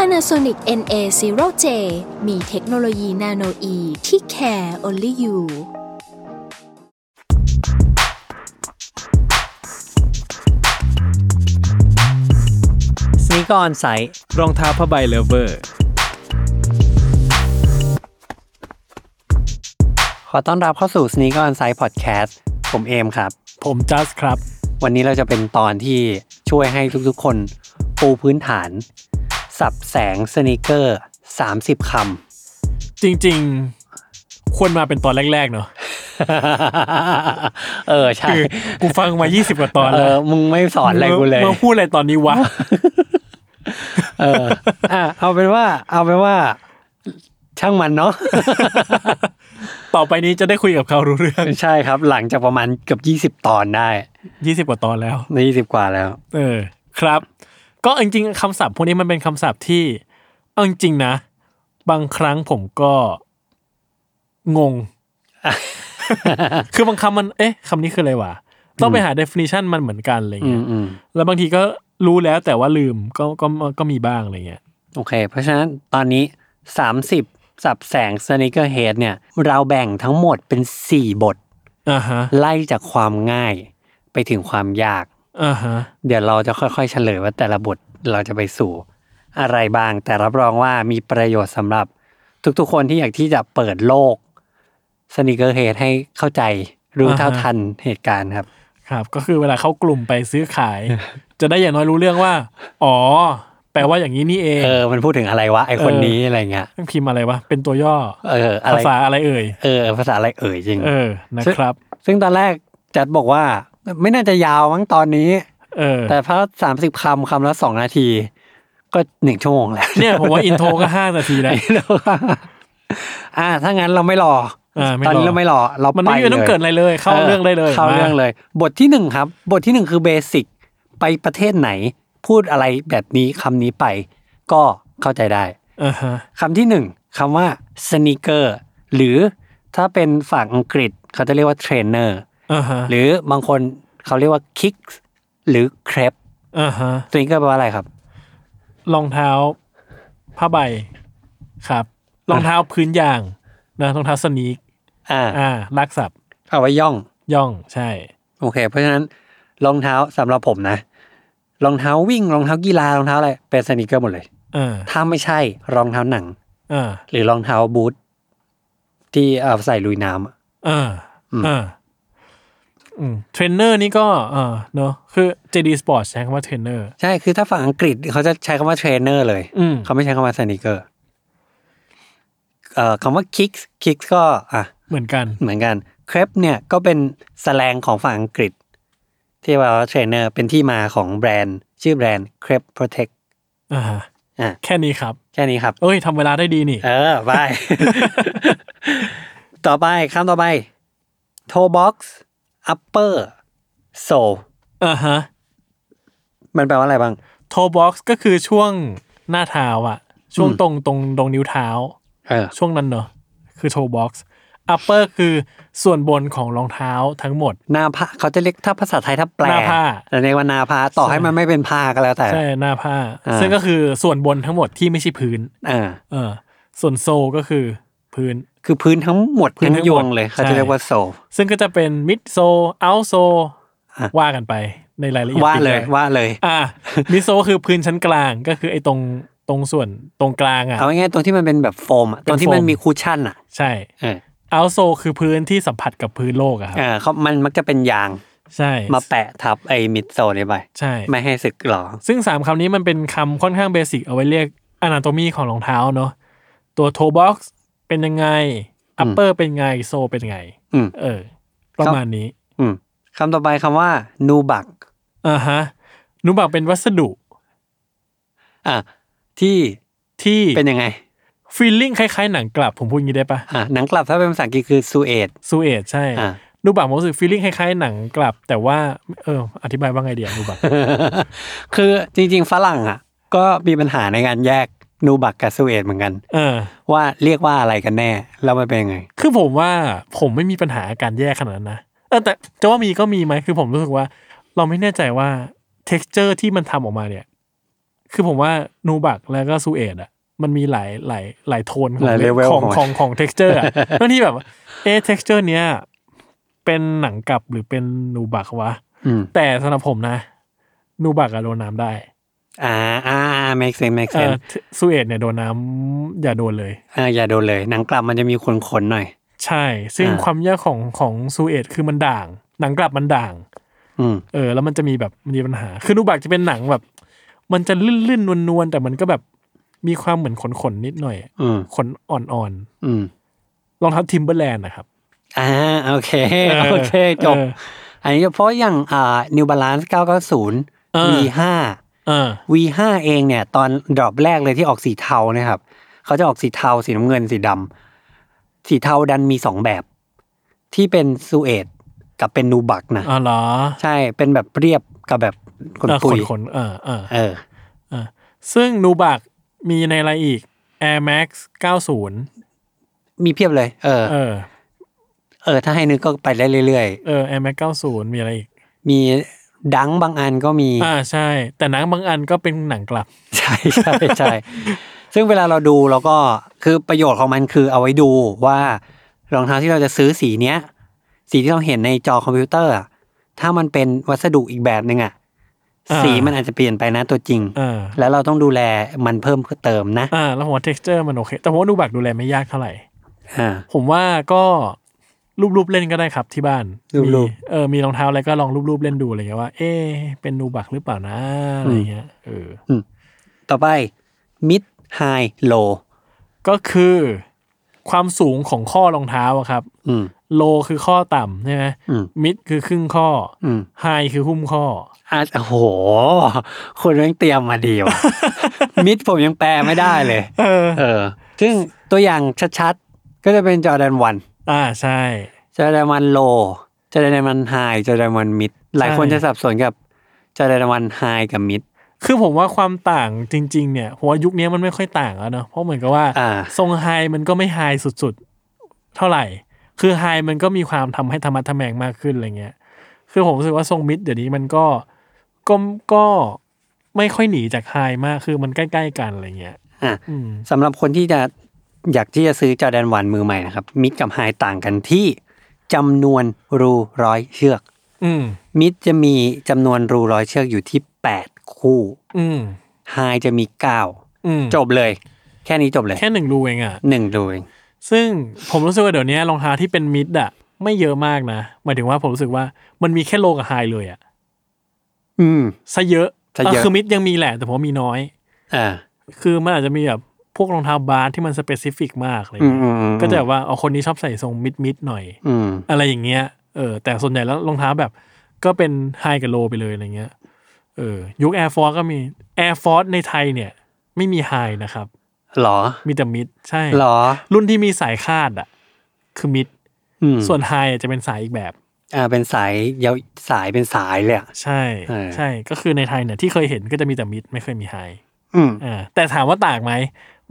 Panasonic NA0J มีเทคโนโลยีนาโนอีที่ care only you สนิกออนไซต์ รองเท้าผ้าใบเลเวอร์ ขอต้อนรับเข้าสู่สนิกออนไซต์พอดแคสต์ผมเอมครับ ผมจัสครับ วันนี้เราจะเป็นตอนที่ช่วยให้ทุกๆคน ปูพื้นฐาน สับแสงสนิเกอร์ 30 ค จริงๆ ควรมาเป็นตอนแรก ๆ เนอะ ำ เออ ใช่ คือกูฟังมา 20 กว่าตอน เอ แล้ว อ มึงไม่สอนอะไรกูเลย มาพูดอะไรตอนนี้ วะ เอออ่ะเอาเป็นว่า เอาเป็นว่า ช่างมันเนาะ ต่อไปนี้จะได้คุยกับเขารู้เรื่อง ใช่ครับ หลังจากประมาณเกือบ20 ตอนได้ 20 กว่าตอนแล้ว ใน20 กว่าแล้ว เออ ครับ ก็จริงๆคำศัพท์พวกนี้มันเป็นคำศัพท์ที่เอาจริงๆนะ บางครั้งผมก็ ง ง คือบางคำมัน เอ๊ะคำนี้คืออะไรวะ ต้องไปหา definition มันเหมือนกันอะไร อื เงี้ ม ย อืม แล้วบางทีก็รู้แล้วแต่ว่าลืมก็ก็ก็มีบ้างอะไรเงี้ย โอเค เพราะฉะนั้นตอนนี้ 30 สับแสงส n น a k e r h e a d เนี่ย เราแบ่งทั้งหมดเป็น 4 บท อ่าฮะ ไล่จากความง่ายไปถึงความยาก อ่าฮะ เดี๋ยวเราจะค่อยๆ เฉลยว่าแต่ละบทเราจะไปสู่ อะไรบ้าง แต่รับรองว่ามีประโยชน์สำหรับ ทุกๆ คนที่อยากที่จะเปิดโลกส n น a k e r h e a d ให้เข้าใจรู้เท่า อ่าฮะ ทันเหตุการณ์ครับ ครับ ก็คือเวลาเข้ากลุ่มไปซื้อขาย จะได้อย่างน้อยรู้เรื่องว่า อ๋อ แปลว่าอย่างนี้นี่เอง เออ มันพูดถึงอะไรวะไอคนนี้อะไรเงี้ย ต้องพิมพ์อะไรวะ เป็นตัวย่อ เอออะไร ภาษาอะไรเอ่ย เออภาษาอะไรเอ่ยจริง เออ นะครับ ซึ่งตอนแรกจัดบอกว่าไม่น่าจะยาวมั้งตอนนี้ เออ แต่เพราะสามสิบคำคำละสองนาที ก็หนึ่งชั่วโมงแล้ว เนี่ยผมว่าอินโทรก็ห้านาทีแล้ว แล้วว่าอ่าถ้างั้นเราไม่รอ อ่าไม่ตรออนนี้เราไม่รอ เรา มัน ป ไม่มีต้อง ลย เกิดอะไรเลย เข้าเรื่องได้เลย เข้าเรื่องเลย บทที่หนึ่งครับ บทที่หนึ่งคือเบสิกไปประเทศไหน พูดอะไรแบบนี้คำนี้ไป ก็เข้าใจได้ อ่าฮะ คำที่หนึ่งคำว่าสน e เกอร์หรือถ้าเป็นฝั่งอังกฤษ เขาจะเรียกว่าเทรนเนอร์ อ่าฮะ หรือบางคนเขาเรียกว่าคิกหรือเครป อ่าฮะ ตัวนี้ก็แปลว่าอะไรครับ รองเท้าผ้าใบ ครับ รองเท้าพื้นยางนะรองเท้าสนีก อ่า อ่าลักศัพท์ เอาไว้ย่อง ย่องใช่ โอเค เพราะฉะนั้นรองเท้าสำหรับผมนะ รองเท้าวิ่งรองเท้ากีฬารองเท้าอะไรเป็นสนิเกอร์หมดเลย อ่า ถ้าไม่ใช่รองเท้าหนัง อ่า หรือรองเท้าบูทที่เอาใส่ลุยน้ำอะ อ่า อืม อ่าอืมเทรนเนอร์นี่ก็เออเนอะคือ JD Sport ใช้คำว่าเทรนเนอร์ ใช่คือถ้าฝั่งอังกฤษเขาจะใช้คำว่าเทรนเนอร์เลย อืม เขาไม่ใช้คำว่าสนิเกอร์เอ่อคำว่าคิกคิกก็อ่ะ เหมือนกัน เหมือนกันเครปเนี่ยก็เป็นแสแลงของฝั่งอังกฤษ ที่ว่าเทรนเนอร์เป็นที่มาของแบรนด์ ชื่อแบรนด์ Crep Protect อ่าฮะ อ่ะ แค่นี้ครับ แค่นี้ครับ เอ้ยทำเวลาได้ดีนี่ เออบาย ต่อไปคำต่อไป toe box upper sole อ่าฮะ มันแปลว่าอะไรบ้าง โทบ็อกซ์ก็คือช่วงหน้าเท้าอะช่วงตรงตรงตรงนิ้วเท้า เออ ช่วงนั้นเนอะคือโทบ็อกซ์อัปเปอร์คือส่วนบนของรองเท้าทั้งหมด หน้าผ้าเขาจะเรียกถ้าภาษาไทยถ้าแปล หน้าผ้า จะเรียกว่าหนาผ้าต่อให้มันไม่เป็นผ้าก็แล้วแต่ ใช่หน้าผ้า อ่า ซึ่งก็คือส่วนบนทั้งหมดที่ไม่ใช่พื้น เออ เออ ส่วนโซลก็คือพื้น คือพื้นทั้งหมด พื้น ทั้ง ทั้งหมด ยวงเลยเขา ใช่ จะเรียกว่า sole ซึ่งก็จะเป็นมิดโซเอาโซ อ่ะ ว่ากันไปในรายละเอียด ว่าเลย ปก ว่าเลย อ่ะมิดโซก็คือพื้นชั้นกลางก็คือไอ้ตรงตรงส่วนตรงกลางอ่ะ เอาง่ายๆตรงที่มันเป็นแบบโฟมอะ เป็น ตรงที่มัน โฟม มีคูชั่นอ่ะ ใช่ เออ เอาโซคือพื้นที่สัมผัสกับพื้นโลกอะครับ เออเขามันมักจะเป็นยาง ใช่ มาแปะทับไอ้มิดโซนนี้ไป ใช่ ไม่ให้สึกหรอ ซึ่งสามคำนี้มันเป็นคำค่อนข้างเบสิกเอาไว้เรียกอนาโตมีของรองเท้าเนาะตัวโทบ็อกซ์เป็นยังไงอัปเปอร์เป็นไงโซเป็นไง อืม เออ ประมาณนี้ อืมคำต่อไปคำว่านูบัก อ่าฮะนุบักเป็นวัสดุ อ่ะที่ ที่ เป็นยังไง ฟีลลิ่งคล้ายๆหนังกลับผมพูดอย่างนี้ได้ปะ อ่ะหนังกลับถ้าเป็นภาษาอังกฤษคือซูเอต ซูเอตใช่ อ่ะ นูบักผมรู้สึกฟีลลิ่งคล้ายๆหนังกลับ แต่ว่าเอออธิบายว่าไงเดียวนูบัก คือจริงๆฝรั่งอ่ะ ก็มีปัญหาในการแยกนูบักกับซูเอตเหมือนกัน เออ ว่าเรียกว่าอะไรกันแน่ แล้วมันเป็นยังไง คือผมว่าผมไม่มีปัญหาการแยกขนาดนั้นนะเออแต่จะว่ามีก็มีไหมคือผมรู้สึกว่า เราไม่แน่ใจว่า t e x t อร์ที่มันทำออกมาเนี่ย คือผมว่านูบักแล้วก็ซูเอตอ่ะ มันมีหลายหลายหลายโทนของ หลาย level ของ ของ ของของ t e x t อร์อ่ะบางทีแบบเอ๊ะ t e x t อร์เนี้ยเป็นหนังกลับหรือเป็นนูบักวะ อืม แต่สำหรับผมนะนูบักอะโดนน้ำได้ อ่าอ่า make sense make เออ sense ซูเอตเนี่ยโดนน้ำอย่าโดนเลย อ่าอย่าโดนเลย หนังกลับมันจะมีขนๆหน่อย ใช่ ซึ่ง อ่า ความยากของของซูเอตคือมันด่าง หนังกลับมันด่าง อืม เออ แล้วมันจะมีแบบมีปัญหา คือนูบักจะเป็นหนังแบบ มันจะลื่นๆนวลๆแต่มันก็แบบมีความเหมือนขนๆนิดหน่อย อืม ขนอ่อน อืม ๆรองเท้าทิมเบอร์แลนด์นะครับ อ่าโอเค เออ โอเค จบ เออ อันนี้เพราะอย่างอ่า New Balance เออ 990 V5 เออ V5 เองเนี่ย ตอนดรอปแรกเลยที่ออกสีเทานะครับ เขาจะออกสีเทาสีน้ำเงินสีดำสีเทาดันมีสองแบบ ที่เป็นซูเอตกับเป็นนูบักนะ อ๋อเหรอ ใช่เป็นแบบเรียบกับแบบขน เออ ปุย ขนๆเออเออ เออ ซึ่งนูบักมีในอะไรอีก Air Max 90 มีเพียบเลย เออ เออ เออ ถ้าให้นึกก็ไปได้เรื่อย เออ Air Max 90 มีอะไรอีก ๆ มีดังบางอันก็มี อ่าใช่ แต่หนังบางอันก็เป็นหนังกลับ ใช่ ใช่ใช่ ซึ่งเวลาเราดูเราก็คือประโยชน์ของมันคือเอาไว้ดูว่ารองเท้าที่เราจะซื้อสีเนี้ย สีที่เราเห็นในจอคอมพิวเตอร์อะถ้ามันเป็นวัสดุอีกแบบหนึ่งอะ อ่า สีมันอาจจะเปลี่ยนไปนะตัวจริง เออ แล้วเราต้องดูแลมันเพิ่มเติมนะ อ่าแล้วผมว่า texture มันโอเค แต่ผมว่าดูบักดูแลไม่ยากเท่าไหร่ อ่า ผมว่าก็รูปๆเล่นก็ได้ครับที่บ้าน รูปๆ มีเออมีรองเท้าอะไรก็ลองรูปๆเล่นดูอะไรเงี้ยว่า เอ๊ะเป็นนูบักหรือเปล่านะอะไรเงี้ยเออ ต่อไป mid high low ก็คือความสูงของข้อรองเท้าอะครับ อืม โลคือข้อต่ำใช่ไหม อืม มิดคือครึ่งข้อ อืม ไฮคือหุ้มข้อ อ่ะโอ้โหคนแม่งเตรียมมาดี ว่ะ มิดผมยังแปลไม่ได้เลย เออ เออ ซึ่งตัวอย่างชัดๆ ก็จะเป็นจอแดนวัน อ่าใช่ จอร์แดนวันโลจอร์แดนวันไฮจอร์แดนวันมิด หลายคนจะสับสนกับจอร์แดนวันไฮกับมิด คือผมว่าความต่างจริง ๆ เนี่ยผมว่ายุคนี้มันไม่ค่อยต่างแล้วเนอะเพราะเหมือนกับว่า อ่า ทรงไฮมันก็ไม่ไฮสุดๆ เท่าไหร่ คือไฮมันก็มีความทำให้ธรรมะทแมงมากขึ้นอะไรเงี้ย คือผมรู้สึกว่าทรงมิดเดี๋ยวนี้มันก็ก็ก็ไม่ค่อยหนีจากไฮมากคือมันใกล้ๆกันอะไรเงี้ย อ่ะ อืม สำหรับคนที่จะอยากที่จะซื้อจอร์แดนวันมือใหม่นะครับ มิดกับไฮต่างกันที่จำนวนรูร้อยเชือก อืม มิดจะมีจำนวนรูร้อยเชือกอยู่ที่ 8 คู่ อืม ไฮจะมี อืม 9 จบเลย แค่นี้จบเลย แค่หนึ่งรูเองอะ หนึ่งรูเอง ซึ่งผมรู้สึกว่าเดี๋ยวนี้รองเท้าที่เป็นมิดอะไม่เยอะมากนะหมายถึงว่าผมรู้สึกว่ามันมีแค่โลกับไฮเลยอะ อืม ซะเยอะ ซะเยอะ อ่ะคือมิดยังมีแหละแต่ผมว่ามีน้อย อ่า คือมันอาจจะมีแบบพวกรองเท้าบาสที่มันสเปซิฟิกมากอะไร อืม เงี้ย อืมอืม ก็จะแบบว่าเอาคนนี้ชอบใส่ทรงมิดมิดหน่อย อืม อะไรอย่างเงี้ยเออแต่ส่วนใหญ่แล้วรองเท้าแบบ ก็เป็นไฮกับโลไปเลยอะไรเงี้ยเออยุค Air Force ก็มี Air Force ในไทยเนี่ย ไม่มีไฮนะครับ หรอ มีแต่มิดใช่ หรอ รุ่นที่มีสายคาดอ่ะ คือมิด อืม ส่วนไฮจะเป็นสายอีกแบบ อ่าเป็นสายยาวสายเป็นสายเลยอ่ะ ใช่ เออ ใช่ก็คือในไทยเนี่ยที่เคยเห็นก็จะมีแต่มิดไม่เคยมีไฮ อืม อ่าแต่ถามว่าต่างไหม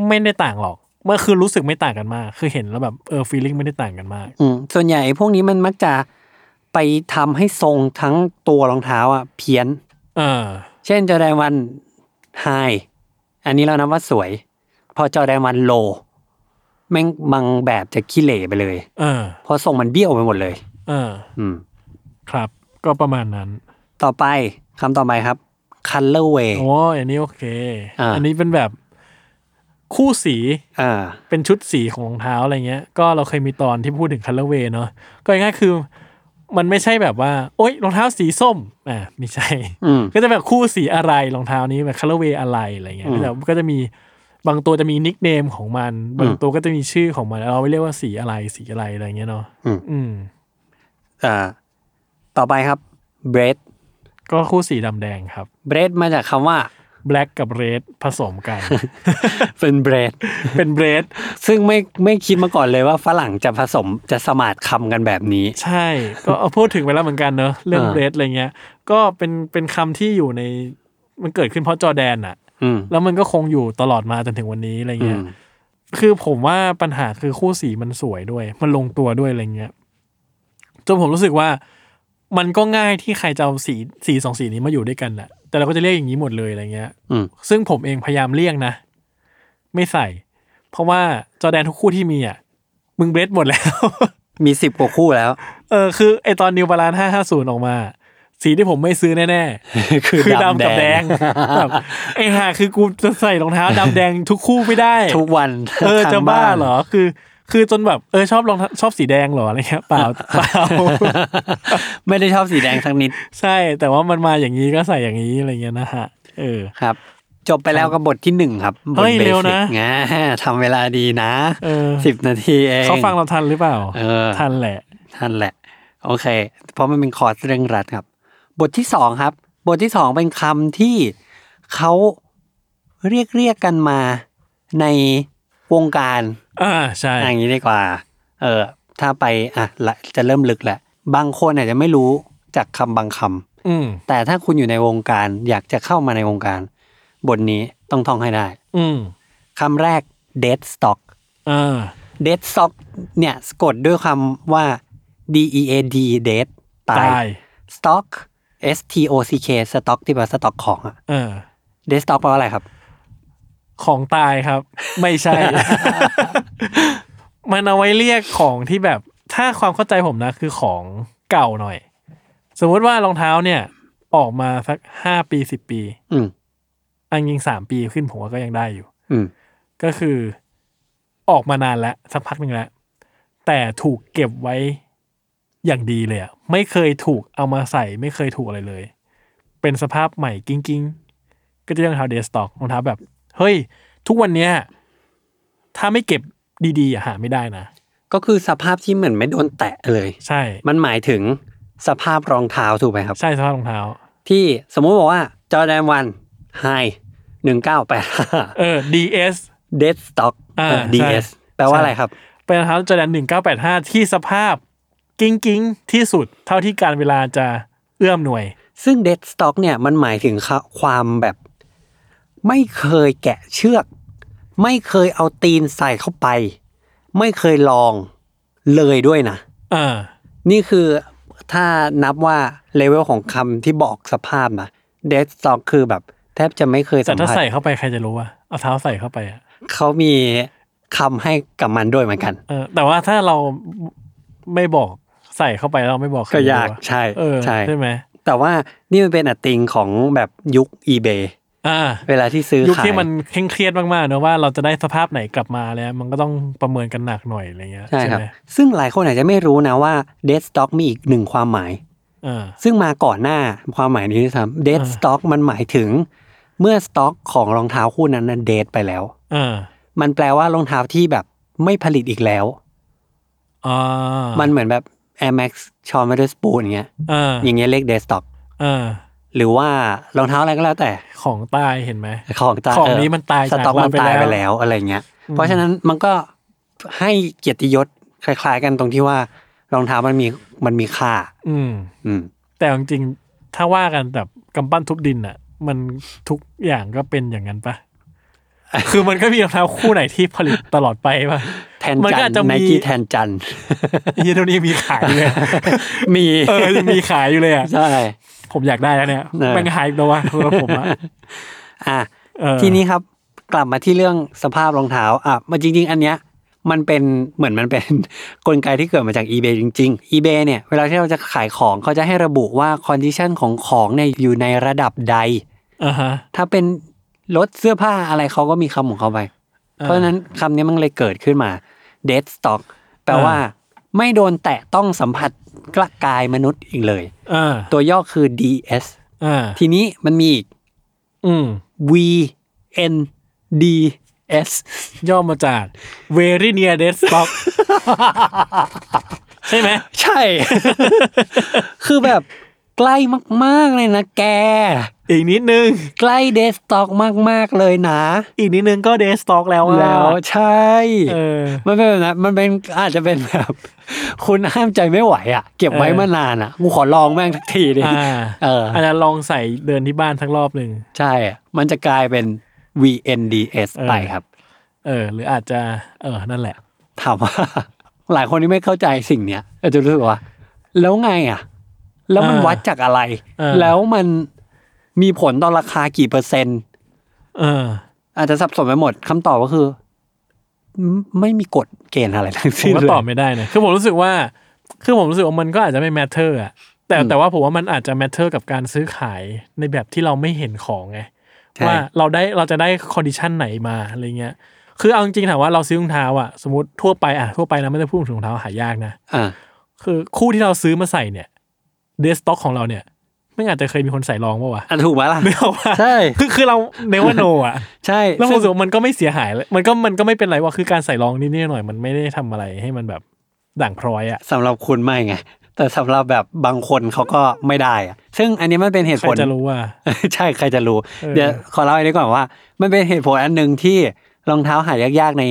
ไม่ได้ต่างหรอกเมื่อคือรู้สึกไม่ต่างกันมาก คือเห็นแล้วแบบเออฟีลิ่งไม่ได้ต่างกันมาก อืมส่วนใหญ่พวกนี้มันมักจะไปทำให้ทรงทั้งตัวรองเท้าอ่ะเพี้ยน เออ เช่นจอแดนวันไฮอันนี้เรานับว่าสวย พอจอแดนวันโลแม่งบางแบบจะขี้เหร่ไปเลย เออ เพราะทรงมันเบี้ยวไปหมดเลย เออ อืม ครับ ก็ประมาณนั้น ต่อไปคำต่อไปครับ colorway โอ้ยอันนี้โอเค อ่า อันนี้เป็นแบบคู่สี อ่า เป็นชุดสีของรองเท้าอะไรเงี้ย ก็เราเคยมีตอนที่พูดถึงคัลเลอร์เวย์เนาะก็ง่ายๆคือ มันไม่ใช่แบบว่า โอ๊ยรองเท้าสีส้มอ่าไม่ใช่ อืม ก็จะแบบคู่สีอะไรรองเท้านี้แบบคัลเลอร์เวย์อะไรอะไรเงี้ย อืม ก็จะก็จะมีบางตัวจะมีนิกเนมของมัน บางตัวก็จะมีชื่อของมันแล้วเราไม่เรียกว่าสีอะไรสีอะไรอะไรเงี้ยเนาะอืม อ่า ต่อไปครับ bread ก็คู่สีดำแดงครับ bread มาจากคำว่า แบล็กกับเรดผสมกัน เป็นเบรด เป็นเรด ซึ่งไม่ไม่คิดมาก่อนเลยว่าฝรั่งจะผสมจะสมาร์ทคำกันแบบนี้ ใช่ ก็ เอาพูดถึงไปแล้วเหมือนกันเนอะเรื่อง อ่า เรดอะไรเงี้ย ก็เป็นเป็นคำที่อยู่ในมันเกิดขึ้นเพราะจอร์แดนอะ อืม แล้วมันก็คงอยู่ตลอดมาจนถึงวันนี้อะไร อื เงี้ย ม คือผมว่าปัญหาคือคู่สีมันสวยด้วย มันลงตัวด้วยอะไรเงี้ยจนผมรู้สึกว่า มันก็ง่ายที่ใครจะเอาสีสีสองสีนี้มาอยู่ด้วยกันแหละแต่เราก็จะเรียกอย่างนี้หมดเลยอะไรเงี้ย อืม ซึ่งผมเองพยายามเลี่ยงนะ ไม่ใส่ เพราะว่าจอร์แดนทุกคู่ที่มีอ่ะมึงเบรดหมดแล้ว มีสิบกว่าคู่แล้ว เออคือไอตอนนิวบาลานห้าห้าศูนย์ออกมา สีที่ผมไม่ซื้อแน่ๆ คือดำ กับแด แด ง ง แบบไอห่าคือกูจะใส่รองเท้า ดำแดงทุกคู่ไม่ได้ ทุกวัน เออ ทง จะบ้าน เหรอคือ คือจนแบบเออชอบรองเท้าชอบสีแดงเหรออะไรเงี้ยเปล่า เปล่า ไม่ได้ชอบสีแดงสักนิด ใช่แต่ว่ามันมาอย่างนี้ก็ใส่อย่างนี้อะไรเงี้ยนะฮะ เออ ครับ จบไปแล้วกับบทที่หนึ่งครับบทเฮ้ย เบ เร็ว สิ นะ กไงทำเวลาดีนะ เออ สิบนาทีเอง เขาฟังเราทันหรือเปล่า เออ ทันแหละ นั่นแหละ โอเค เพราะมันเป็นคอร์สเร่งรัดครับ บทที่สองครับ บทที่สองเป็นคำที่เขาเรียกเรียกกันมาในวงการ อ่าใช่ อย่างนี้ดีกว่า เออ ถ้าไปอ่ะละจะเริ่มลึกแหละ บางคนอาจจะไม่รู้จากคำบางค อืม ำแต่ถ้าคุณอยู่ในวงการอยากจะเข้ามาในวงการ บทนี้ต้องท่องให้ได้ อืม คำแรก dead stock อ่า dead stock เนี่ยสะกดด้วยคำว่า d e a d dead ตา ตาย ย stock S T O C K stock ที่แปลว่า stock ของอะ เออ day stock แปลว่าอะไรครับ ของตายครับ ไม่ใช่ มันเอาไว้เรียกของที่แบบถ้าความเข้าใจผมนะ คือของเก่าหน่อย สมมุติว่ารองเท้าเนี่ย ออกมาสักห้าปีสิบปี อืม อันยิงสามปีขึ้นผมว่าก็ยังได้อยู่ อืม ก็คือออกมานานแล้ว สักพักหนึ่งแล้ว แต่ถูกเก็บไว้อย่างดีเลยอะไม่เคยถูกเอามาใส่ ไม่เคยถูกอะไรเลย เป็นสภาพใหม่กิ้งกิ้งๆก็จะเรียกรองเท้าเดสต็อกรองเท้าแบบ เฮ้ย ทุกวันเนี้ยถ้าไม่เก็บดีๆอะหาไม่ได้นะ ก็คือสภาพที่เหมือนไม่โดนแตะเลย ใช่ มันหมายถึงสภาพรองเท้าถูกไหมครับ ใช่สภาพรองเท้า ที่สมมุติบอกว่าจอแดนวันไฮหนึ่งเก้าแปด เออ DS เดสต็อก อ่า ดี ใช่ เอสแปลว่าอะไรครับ เป็นรองเท้าจอร์แดนหนึ่งเก้าแปดห้าที่สภาพกิ้งกิ้งๆที่สุดเท่าที่การเวลาจะเอื้อมหน่วย ซึ่งเดสต็อกเนี่ยมันหมายถึงค่ะความแบบ ไม่เคยแกะเชือก ไม่เคยเอาตีนใส่เข้าไป ไม่เคยลองเลยด้วยนะ อ่า นี่คือถ้านับว่าเลเวลของคำที่บอกสภาพนะเดสต็อกคือแบบ แทบจะไม่เคยสั แต่ ม ถ้า ผัส ใส่เข้าไปใครจะรู้ว่าเอาเท้าใส่เข้าไปอะ เขามีคำให้กับมันด้วยเหมือนกัน เออแต่ว่าถ้าเราไม่บอกใส่เข้าไปแล้วเราไม่บอกใคร ก็ จะรู้ ยาก อะ ใช่ เออ ใช่ ใช่ไหม แต่ว่านี่มันเป็นอัติงของแบบยุค eBay อ่า เวลาที่ซื้อ ยุค ขาย ที่มันเคร่งเครียดมากๆเนอะว่าเราจะได้สภาพไหนกลับมาแล้ว มันก็ต้องประเมินกันหนักหน่อยอะไรเงี้ย ใช่ครับ ไหม ซึ่งหลายคนอาจจะไม่รู้นะว่าเดสต็อกมีอีกหนึ่งความหมาย เออ ซึ่งมาก่อนหน้าความหมายนี้นะครับเดส อ่า ต็อกมันหมายถึง เมื่อสต็อกของรองเท้าคู่นั้นนั้นเดทไปแล้ว เออ มันแปลว่ารองเท้าที่แบบไม่ผลิตอีกแล้ว อ่า มันเหมือนแบบ Air Max ชอ n เมเดสปูนเงี้ย เออ อย่างเงี้ยเรียกเดสต็อก เออ หรือว่ารองเท้าอะไรก็แล้วแต่ ของตายเห็นไหม ของตาย ของนี้มันตาย สต็อก จากเรา มันตาย ไป ไป แล้ แล้ว วอะไรเงี้ย เพราะฉะนั้นมันก็ให้เกียรติยศคล้ายๆกันตรงที่ว่ารองเท้ามันมีมันมีค่า อืม อืม แต่จริงๆถ้าว่ากันแบบกำปั้นทุบดินอะมันทุกอย่างก็เป็นอย่างนั้นปะ คือมันก็มีรองเท้าคู่ไหนที่ผลิตตลอดไปปะ แทน มัน จั ก็อาจจะ น มี ไนกี้แทนจั น ยี่เท่านี้มีขายเลย มี เออยังมีขายอยู่เลยอ่ะ ใช่ ผมอยากได้แล้วเนี่ย เออ แม่งหายแล้ววะสำหรับผมอ่ะ อ่ะ เออ ทีนี้ครับกลับมาที่เรื่องสภาพรองเท้าอ่ะมันจริง ๆ อันเนี้ยมันเป็น เหมือนมันเป็น กลไกที่เกิดมาจาก eBay จริง ๆ eBay เนี่ยเวลาที่เราจะขายของเขาจะให้ระบุว่าคอนดิชันของของเนี่ยอยู่ในระดับใด อ่าฮะ ถ้าเป็นรถเสื้อผ้าอะไรเขาก็มีคำของเขาไป เพราะฉะนั้นคำนี้มันเลยเกิดขึ้นมา dead stock แปลว่า อ่า ไม่โดนแตะต้องสัมผัสกระกายมนุษย์อีกเลย อ่า ตัวย่อคือ DS อ่า ทีนี้มันมีอีก อืม VNDS ย่อมาจาก very near dead stock ใช่ไหม ใช่ คือแบบใกล้มาก ๆ เลยนะแก อีกนิดนึง ใกล้เดสต็อกมาก ๆ เลยนะ อีกนิดนึงก็เดสต็อกแล้วอะ แล้วใช่ เออ มันเป็นแบบนั้นมันเป็นอาจจะเป็นแบบ คุณห้ามใจไม่ไหวอ่ะ เก็บไว้ เออ มานานอ่ะกูขอลองแม่งสักทีดิ อ่า เอออ อาจจะลองใส่เดินที่บ้านทั้งรอบหนึ่ง ใช่อะมันจะกลายเป็น VNDS เออ ไปครับ เออ หรืออาจจะเออนั่นแหละ ถาม ว่า หลายคนที่ไม่เข้าใจสิ่งเนี้ยอาจจะรู้สึกว่า แล้วไงอ่ะ แล้วมัน อ่า วัดจากอะไร เออ แล้วมันมีผลต่อราคากี่เปอร์เซ็นต์ เออ อาจจะสับสนไปหมดคำตอบก็คือไม่ไม่มีกฎเกณฑ์อะไรทั้ง ผม สิ้น ก็ เลย ตอบไม่ได้นะ คือผมรู้สึกว่า คือผมรู้สึกว่ามันก็อาจจะไม่ matter อะแต่ อืม แต่ว่าผมว่ามันอาจจะ matter กับการซื้อขายในแบบที่เราไม่เห็นของไง ใช่ ว่าเราได้เราจะได้ condition ไหนมาอะไรเงี้ย คือเอาจริงๆถามว่าเราซื้อรองเท้าอะสมมติทั่วไปอะทั่วไปนะไม่ได้พูดถึงรองเท้าหายากนะ อ่า คือคู่ที่เราซื้อมาใส่เนี่ยเดสต็อกของเราเนี่ย ไม่อาจจะเคยมีคนใส่ลองป่าวะ อันถูกไหมล่ะ ไม่เอาว่า ใช่ คือคือเราเนวโนอ่ะ ใช่ แล้วผม ซึ่ง รู้สึกว่ามันก็ไม่เสียหายเลยมันก็มันก็ไม่เป็นไรว่าคือการใส่รองนิดๆหน่อยๆมันไม่ได้ทำอะไรให้มันแบบด่างพร้อยอ่ะ สำหรับคุณไม่ไง แต่สำหรับแบบบางคนเขาก็ไม่ได้อะซึ่งอันนี้มันเป็นเหตุ ใคร ผล จะ รู้ว่า ใช่ใครจะรู้ เออ เดี๋ยวขอเล่าอันนี้ก่อนว่า มันเป็นเหตุผลอันหนึ่งที่รองเท้าหายากๆใน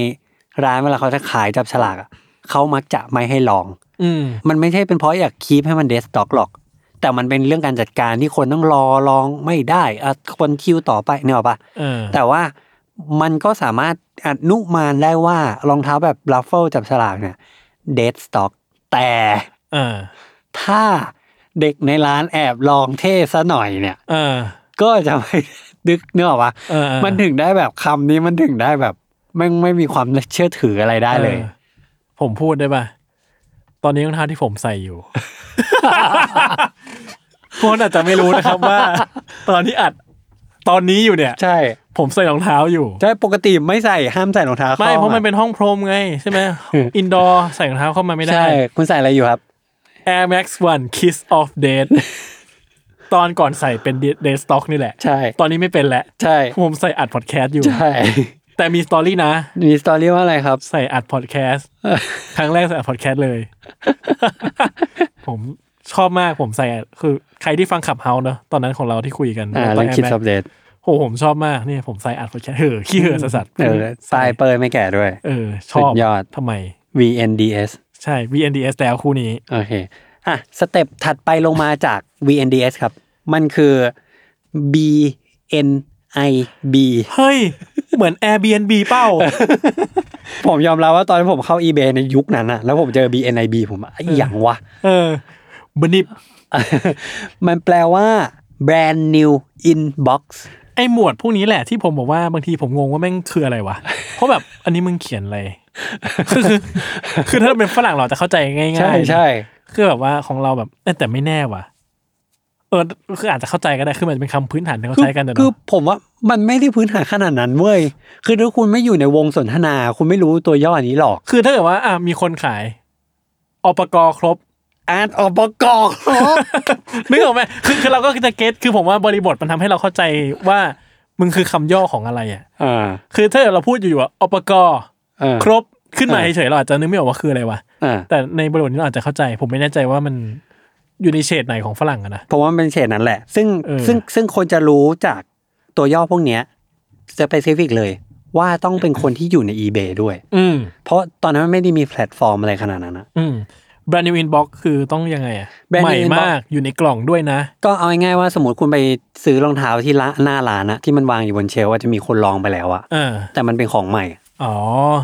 ร้านเวลาเขาจะขายจับฉลากอะเขามักจะไม่ให้ลอง อืม มันไม่ใช่เป็นเพราะอยากคีปให้มันเดสต็อกหรอก แต่มันเป็นเรื่องการจัดการที่คนต้องรอลองไม่ได้อ่ะคนคิวต่อไปเนี่ยหรอกปะ เออ แต่ว่ามันก็สามารถอนุมานได้ว่ารองเท้าแบบรัฟเฟิลจับฉลากเนี่ยเดดสต็อกแต่ เออ ถ้าเด็กในร้านแอบลองเท่ซะหน่อยเนี่ย เออ ก็จะไม่ ดึกเนื้ออกปะ เออเออ มันถึงได้แบบคำนี้มันถึงได้แบบไม่ไม่มีความเชื่อถืออะไรได้เลย ออผมพูดได้ป่ะ ตอนนี้รองเท้าที่ผมใส่อยู่ พ วกคนอาจจะไม่รู้นะครับว่า ตอนที่อัด ตอนนี้อยู่เนี่ย ใช่ ผมใส่รองเท้าอยู่ ใช่ปกติไม่ใส่ห้ามใส่รองเท้า ไม่ ข้า เพราะมัน อ เป็นห้องพรมไง ใช่ไหม อินดอร์ใส่รองเท้าเข้ามาไม่ได้ ใช่คุณใส่อะไรอยู่ครับ Air Max 1 Kiss of Death ตอนก่อนใส่เป็น Day Stock นี่แหละ ใช่ ตอนนี้ไม่เป็นแล้ว ใช่ ผมใส่อัดพอดแคสต์อยู่ ใช่ แต่มีสตอรี่นะ มีสตอรี่ว่าอะไรครับ ใส่อัดพอดแคสต์ ครั้งแรกใส่อัดพอดแคสต์ เลย ผมชอบมากผมใส่อัดคือใครที่ฟังขับเฮาเนอะตอนนั้นของเราที่คุยกัน อ่า ตอ เรื่ น อง แอ คิด ม สับเดต โหผมชอบมากเนี่ยผมใส่อัดพอดแคสต์เออขี้เหือสัสๆ เออ ใส่ ตายเปยไม่แก่ด้วย เออ ชอบ สุดยอด ทำไม VNDS ใช่ VNDS แล้วคู่นี้ โอเค อ่ะ สเต็ปถัดไปลงมาจาก VNDS ครับ มันคือ BNIB เฮ้ย เหมือน Airbnb เป้า ผมยอมรับว่าตอนที่ผมเข้า eBay ในยุคนั้นอะแล้วผมเจอ BNIB ผมอะไอ้อย่างวะ เออบันิบ มันแปลว่า brand new inbox ไอ้หมวดพวกนี้แหละที่ผมบอกว่าบางทีผมงงว่าแม่งคืออะไรวะ เพราะแบบอันนี้มึงเขียนอะไร คือ คือคือถ้าเราเป็นฝรั่งเราจะเข้าใจง่ายๆ ใช่ใช่ คือแบบว่าของเราแบบเอ้ยแต่ไม่แน่ว่ะ เออคืออาจจะเข้าใจก็ได้คือมันเป็นคำพื้นฐานที่เขา คือ ใช้กันแต่เน คือ อะ ผมว่ามันไม่ได้พื้นฐานขนาดนั้นเว้ย คือถ้าคุณไม่อยู่ในวงสนทนา คุณไม่รู้ตัวย่ออันนี้หรอก คือถ้าเกิดว่าอ่ะมีคนขายอปกรครบ อ่านออกประกอบ นึกออกไหมคือคือเราก็จะเก็ตคือผมว่าบริบทมันทำให้เราเข้าใจว่ามึงคือคำย่อของอะไรอ่ะ อ่า คือถ้าเกิดเราพูดอยู่ๆว่าอปกร อ่า ครบขึ้นมาเฉยๆเราอาจจะนึกไม่ออกว่าคืออะไรวะ อ่า แต่ในบริบทนี้เราอาจจะเข้าใจ ผมไม่แน่ใจว่ามันอยู่ในเฉดไหนของฝรั่งอะนะ ผมว่ามันเป็นเฉดนั้นแหละ ซึ่ง เออ ซึ่งซึ่งคนจะรู้จากตัวย่อพวกเนี้ยจะไปซิฟิกเลย ว่าต้องเป็นคนที่อยู่ใน eBay ด้วย อืม เพราะตอนนั้นมันไม่ได้มีแพลตฟอร์มอะไรขนาดนั้นนะ อืม brand new inbox คือต้องยังไงอะ brand new ใหม่ inbox มากอยู่ในกล่องด้วยนะ ก็เอาง่ายๆว่าสมมติคุณไปซื้อรองเท้าที่ร้านหน้าร้านนะที่มันวางอยู่บนเชลฟ์ว่าจะมีคนลองไปแล้วอะ เออ แต่มันเป็นของใหม่ อ๋อ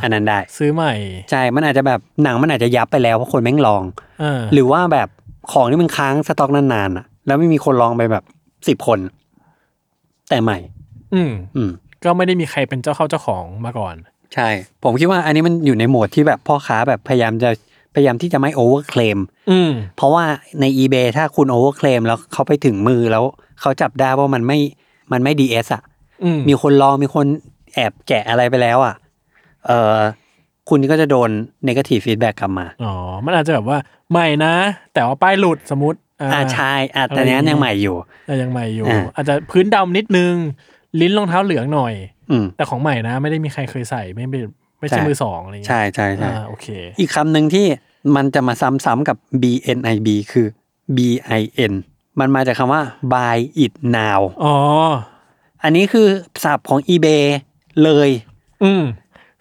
อันนั้นได้ ซื้อใหม่ ใช่มันอาจจะแบบหนังมันอาจจะยับไปแล้วเพราะคนแม่งลอง เออ หรือว่าแบบของที่มันค้างสต็อกนานๆอะแล้วไม่มีคนลองไปแบบสิบคน แต่ใหม่ อืม อืม ก็ไม่ได้มีใครเป็นเจ้าเข้าเจ้าของมาก่อน ใช่ ผมคิดว่าอันนี้มันอยู่ในโหมดที่แบบพ่อค้าแบบพยายามจะพยายามที่จะไม่โอเวอร์เคลม อืม เพราะว่าใน eBay ถ้าคุณโอเวอร์เคลมแล้วเขาไปถึงมือแล้วเขาจับได้ว่ามันไม่มันไม่ดีเอสอ่ะ อืม มีคนลองมีคนแอบแกะอะไรไปแล้วอ่ะเออคุณก็จะโดน negative feedback กลับมา อ๋อ มันอาจจะแบบว่าใหม่นะ แต่ว่าป้ายหลุดสมมติ อ่าใช่อ่ะแต่เนี้ยยังใหม่อยู่ แต่ยังใหม่อยู่ อ่า อาจจะพื้นดำนิดนึง ลิ้นรองเท้าเหลืองหน่อย อืม แต่ของใหม่นะ ไม่ได้มีใครเคยใส่ไม่เป็นไม่ใช่ ใช่ มือสองอะไรอย่างเงี้ย ใช่ใช่ใช่ อ่าโอเค อีกคำหนึ่งที่มันจะมาซ้ำๆกับ BNIB คือ BIN มันมาจากคำว่า buy it now อ๋อ อันนี้คือศัพท์ของ eBay เลย อืม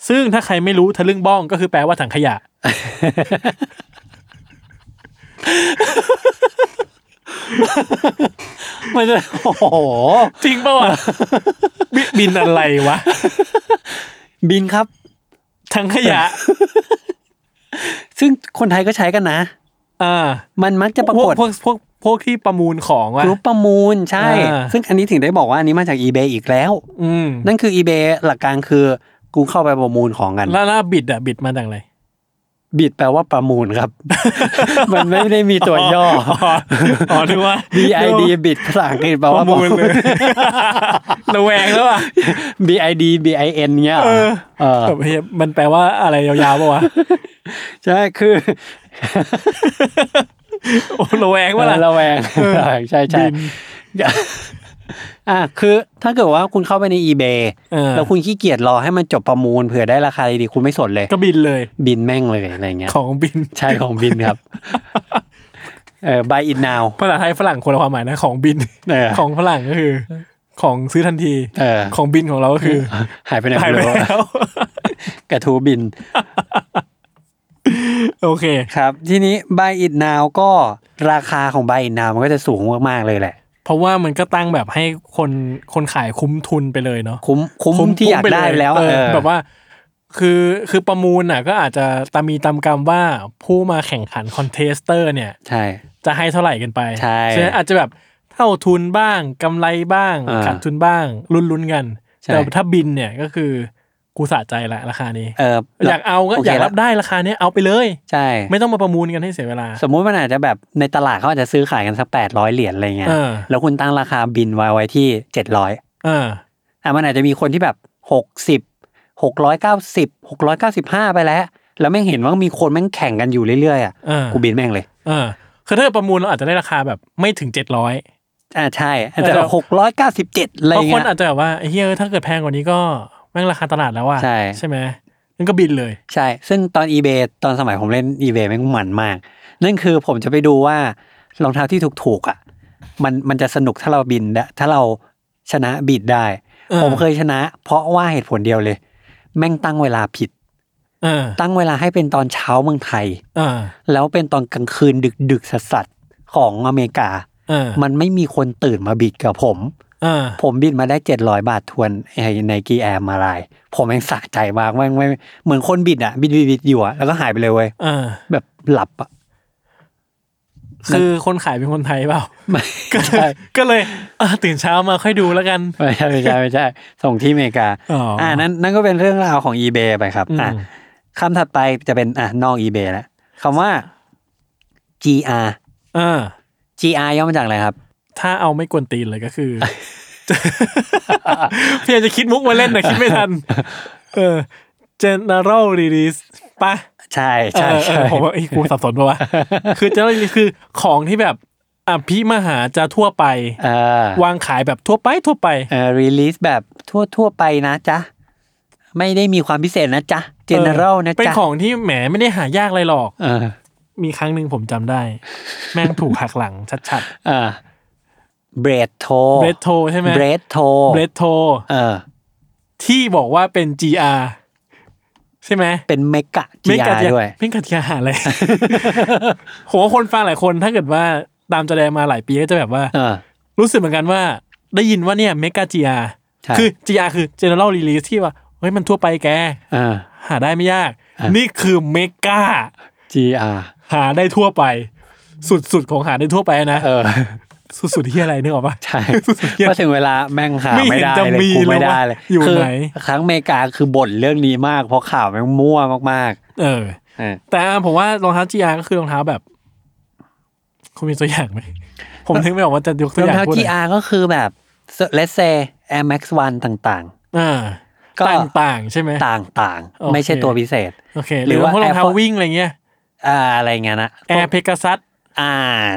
ซึ่งถ้าใครไม่รู้ทะลึ่งบ้องก็คือแปลว่าถังขยะ มันจะโอ้โห จริงป่าวะ บิบินอะไรวะ บินครับ ถังขยะ ซึ่งคนไทยก็ใช้กันนะ อ่า มันมักจะปรา พวก กฏ พวกพวกพวกที่ประมูลของ ก ว่ะ รุ๊ปประมูลใช่ อ่า ซึ่งอันนี้ถึงได้บอกว่าอันนี้มาจาก eBay อีกแล้ว อืม นั่นคือ eBay หลักการคือกูเข้าไปประมูลของกัน แล้วแล้วบิดอะบิดมาจากอะไร บิดแปลว่าประมูลครับ มันไม่ได้มีตัวย่ออ ออ๋อนึกว่า BID บิดภาษาอังกฤษแปล ป ว่า ระมูล เลย ระแวงแล้วอ่ะ BID BIN เนี่ยเหรอ เออ เออ แบบเฮ้ยมันแปลว่าอะไรยาวๆป่าวะ ใช่คือ โอ้ระแวงว่าล่ะ เออระแวงระแวงใช่ใช่อ่ะคือถ้าเกิดว่าคุณเข้าไปใน eBay เออ แล้วคุณขี้เกียจรอให้มันจบประมูลเผื่อได้ราคาดีๆคุณไม่สนเลย ก็บินเลย บินแม่งเลยอะไรเงี้ย ของบิน ใช่ของบิน ครับ เออ buy it now ภาษาไทยฝรั่งคนละความหมายนะ ของบิน เออ ของฝรั่งก็คือ ของซื้อทันที เออ ของบินของเราก็คือ หายไปไหน หาย ไม่ ไป รู้ แล้ว กระทูบิน โอเค ครับ ทีนี้ buy it now ก็ราคาของ buy it now มันก็จะสูงมากๆเลยแหละ เพราะว่ามันก็ตั้งแบบให้คนคนขายคุ้มทุนไปเลยเนาะ คุ้มคุ้มที่อยากได้ ปเ แล้วอะ เอ เอ อ อ แบบว่า คือคือประมูลน่ะ ก็อาจจะตามมีตามกรรมว่าผู้มาแข่งขันคอนเทสเตอร์เนี่ย ใช่ จะให้เท่าไหร่กันไป ใช่ ฉะนั้นอาจจะแบบเท่าทุนบ้างกำไรบ้าง อ่า ขาดทุนบ้างลุ้นๆกัน ใช่ แต่ถ้าบินเนี่ยก็คือกูสะใจละราคานี้ เอออยอากเอาก็อยากรับได้ราคาเนี้ยเอาไปเลย ใช่ ไม่ต้องมาประมูลกันให้เสียเวลา สมมุติมันอาจจะแบบในตลาดเขาอาจจะซื้อขายกันสักแปดร้อยเหรียญอะไรเงี้ย เออ แล้วคุณตั้งราคาบินไว้ไว้ที่เจ็ดร้อย อ่า อ่ะมันอาจจะมีคนที่แบบหกสิบหกร้อยเก้าสิบหกร้อยเก้าสิบห้าไปแล้ว แล้วแม่งเห็นว่ามีคนแม่งแข่งกันอยู่เรื่อยๆอ่ะ อ่า กูบินแม่งเลย อ่าคือถ้าประมูลเราอาจจะได้ราคาแบบไม่ถึงเจ็ดร้อย อ่าใช่อาจ แต่ จะ เรา หกร้อยเก้าสิบเจ็ดอะไร บางค เงี้ น ย อาจจะแบบว่าเฮ้ยถ้าเกิดแพงกว่านี้ก็แม่งราคาตลาดแล้วอ่ะ ใช่ ไหมนั่นก็บินเลย ใช่ ซึ่งตอน eBay ตอนสมัยผมเล่น eBay แม่งมันมาก นั่นคือผมจะไปดูว่ารองเท้าที่ถูกๆอ่ะมันมันจะสนุกถ้าเราบินได้ถ้าเราชนะบิดได้ ออ ผมเคยชนะ เพราะว่าเหตุผลเดียวเลย แม่งตั้งเวลาผิด เออ ตั้งเวลาให้เป็นตอนเช้าเมืองไทย อ่า แล้วเป็นตอนกลางคืนดึกดึกๆสัสๆของอเมริกา อ่า มันไม่มีคนตื่นมาบิดกับผม อ่า ผมบิดมาได้เจ็ดร้อยบาททวนไอ้ไนกี้แอร์มาลาย ผมแม่งสะใจมากแม่งไม่เหมือนคนบิดอ่ะบิดบิดบิดอยู่อ่ะแล้วก็หายไปเลยเว้ย อ่า แบบหลับอ่ะ คือคนขายเป็นคนไทยเปล่า ไม่ ก็เล ใช่ ยก็เลยอ่ะตื่นเช้ามาค่อยดูแล้วกัน ไม่ใช่ไม่ใช่ไม่ใช่ส่งที่อเมริกา อ๋ออ่ ะนั่นนั่นก็เป็นเรื่องราวของ eBay ไปครับอ่ะ อืม คำถัดไปจะเป็นอ่ะนอก eBay แล้วคำว่า GR อ่า GR ย่อมาจากอะไรครับ ถ้าเอาไม่กวนตีนเลยก็คือ พยายามจะคิดมุกมาเล่ นนะคิดไม่ทัน เออ general release ปะ ใช่ใช่ เออเออ ใช่ ผมว่าไอ้ยกูสับสนปะวะ คือ general release คือของที่แบบอภิมหาจะทั่วไป เออ วางขายแบบทั่วไปทั่วไป เออ release แบบทั่วทั่วไปนะจ๊ะ ไม่ได้มีความพิเศษนะจ๊ะ general นะ เป็น จ๊ะ ของที่แหมไม่ได้หายากอะไรหรอก เออ มีครั้งหนึ่งผมจำได้ แม่งถูกหักหลังชัด เออ bread t o ๆเบรดโทใช่ไหม bread t o เบรดโท เออ ที่บอกว่าเป็น GR ใช่ไหม เป็นเมกะ ไม่กัด GR ยา ด้วย ไม่กัดยาหาอะไร ผมว่าคนฟังหลายคนถ้าเกิดว่าตามแสดงมาหลายปีก็จะแบบว่า เออ รู้สึกเหมือนกันว่า ได้ยินว่าเนี่ยเมกา GR ใช่ คือ GR คือ General Release ที่ว่าเฮ้ยมันทั่วไปแก เออ หาได้ไม่ยาก อ่ะ นี่คือเมกา GR หาได้ทั่วไป สุดๆ ของหาได้ทั่วไปนะ เออ สุดๆที่อะไรนึกออกปะ ใช่ สุดยอด พอถึงเวลาแม่งหา ไม่ ไม่ เห็น ได้ จะ เลย มี กู เลย ไม่ได้ ว่า เลย อยู่ คื ไหน ครั้งอเมริกาคือบ่นเรื่องนี้มาก เพราะข่าวแม่งมั่วมาก เออ ๆเออ แต่ผมว่ารองเท้า GR ก็คือรองเท้าแบบ คุณมีตัวอย่างไหม ผมนึกไม่ออกว่าจะยกตัว รอ อง ย่าง เท้า พูดอะไร GR ก็คือแบบ let's say Air Max 1ต่าง อ่า ก็ ต่างๆใช่ไหม ๆ ต่าง โอเค ๆ ไม่ใช่ตัวพิเศษ โอเค ห ห รื รืออ ว่า ว่าพวกรองเท้า Air Force วิ่งอะไรเงี้ย อ่าอะไรเงี้ยนะ แอร์เพก s ซัส อ่า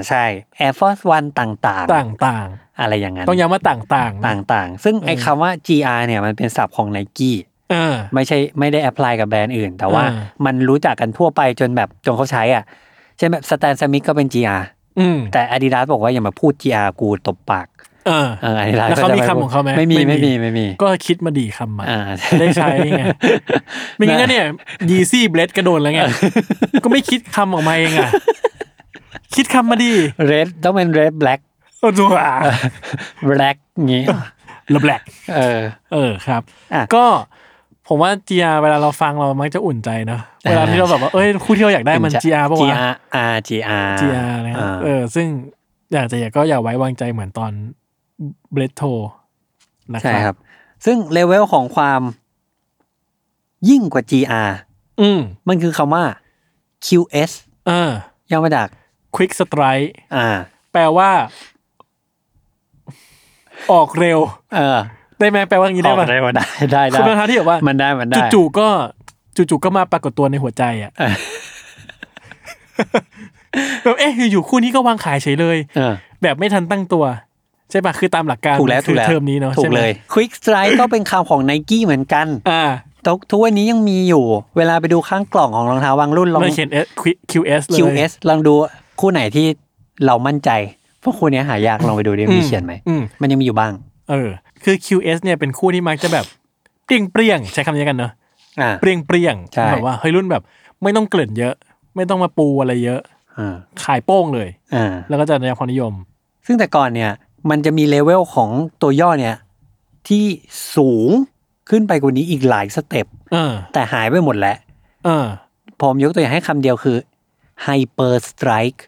ใช่ Air Force 1ต่าง ต่าง ๆ อะไรอย่างนั้น ๆ ต้องย้ำว่าต่างๆนะ ต่างๆ ซึ่งไอ้คำว่า GR เนี่ยมันเป็นศัพท์ของ Nike เออ ไม่ใช่ไม่ได้แอพพลายกับแบรนด์อื่น แต่ว่า อ่า มันรู้จักกันทั่วไปจนแบบจนเขาใช้อ่ะเช่นแบบสแตนสมิธก็เป็น GR อืม แต่ Adidas บอกว่าอย่ามาพูด GR กูตบปาก อ่า เออ Adidas แล้วเขา ก็จะ มี ไพูด คำของเขาไหม ไม่มี ไม่ ไม่ มี มีไม่มี ก็คิดมาดีคำมา อ่า ได้ใช้ไง ไม่งั้นก็เนี่ยยีซี่เบลดกระโดดแล้วไง ก็ไม่คิดคำออกมาเองอ่ะ คิดคำมาดี Red ต้องเป็น Red Black โอ้โห Black งี้ ระแบลก เออ เออครับ อ่ะ ก็ผมว่า GR เวลาเราฟังเรามักจะอุ่นใจเนอะ อ่า เวลาที่เราแบบว่าเอ้ยคู่ที่เราอยากได้มัน GR ป่าวะ GR R GR GR นะ อ่า เออ ซึ่งอยากจะอยากก็อย่าไว้วางใจเหมือนตอนเบรดโทนะค ใช่ค รั รับ บ ซึ่งเลเวลของความยิ่งกว่า GR อืม มันคือคำว่า QS เออ ย่อมาจาก Quick Strike อ่า แปลว่า ออกเร็ว เออ ได้ไหมแปลว่าอย่างนี้ได้ อ ปะ อกได้ได้ได้ คือเป็นทางที่แบบว่า มันได้มันได้ จู่ๆก็จู่ๆก็มาปรากฏตัวในหัวใจอ่ะ เออ แบบเอ๊ะอยู่ๆคู่นี้ก็วางขายเฉยเลย เออ แบบไม่ทันตั้งตัว ใช่ปะคือตามหลักการ ถูกแล้ว มัน ถู คื ก อ แล้ว เทอมนี้เนาะ ถูกใช่ไหม เลย Quick Strike ก็เป็นคำของ n นกี้เหมือนกัน อ่า ทุกทุกวันนี้ยังมีอยู่ เวลาไปดูข้างกล่องของรองเท้าบางรุ่นลอง ไม่เขียน S QS เลย QS ลองดูคู่ไหนที่เรามั่นใจ เพราะคู่เนี้ยหายากลองไปดูดิมีเขียนไหม อืม มันยังมีอยู่บ้าง เออ คือ QS เนี่ยเป็นคู่ที่มักจะแบบเปรี้ยงเปรี้ยงๆใช้คำนี้กันเนาะ อ่า เปรี้ยงเปรี้ยงๆ ใช่ แบบว่าเฮ้ยรุ่นแบบ ไม่ต้องเกลิ่นเยอะ ไม่ต้องมาปูอะไรเยอะ อ่า ขายโป้งเลย อ่า แล้วก็จะได้รับความนิยม ซึ่งแต่ก่อนเนี่ย มันจะมีเลเวลของตัวย่อเนี่ย ที่สูงขึ้นไปกว่านี้อีกหลายสเต็ป เออ แต่หายไปหมดแล้ว เออ ผมยกตัวอย่างให้คำเดียวคือ Hyper Strike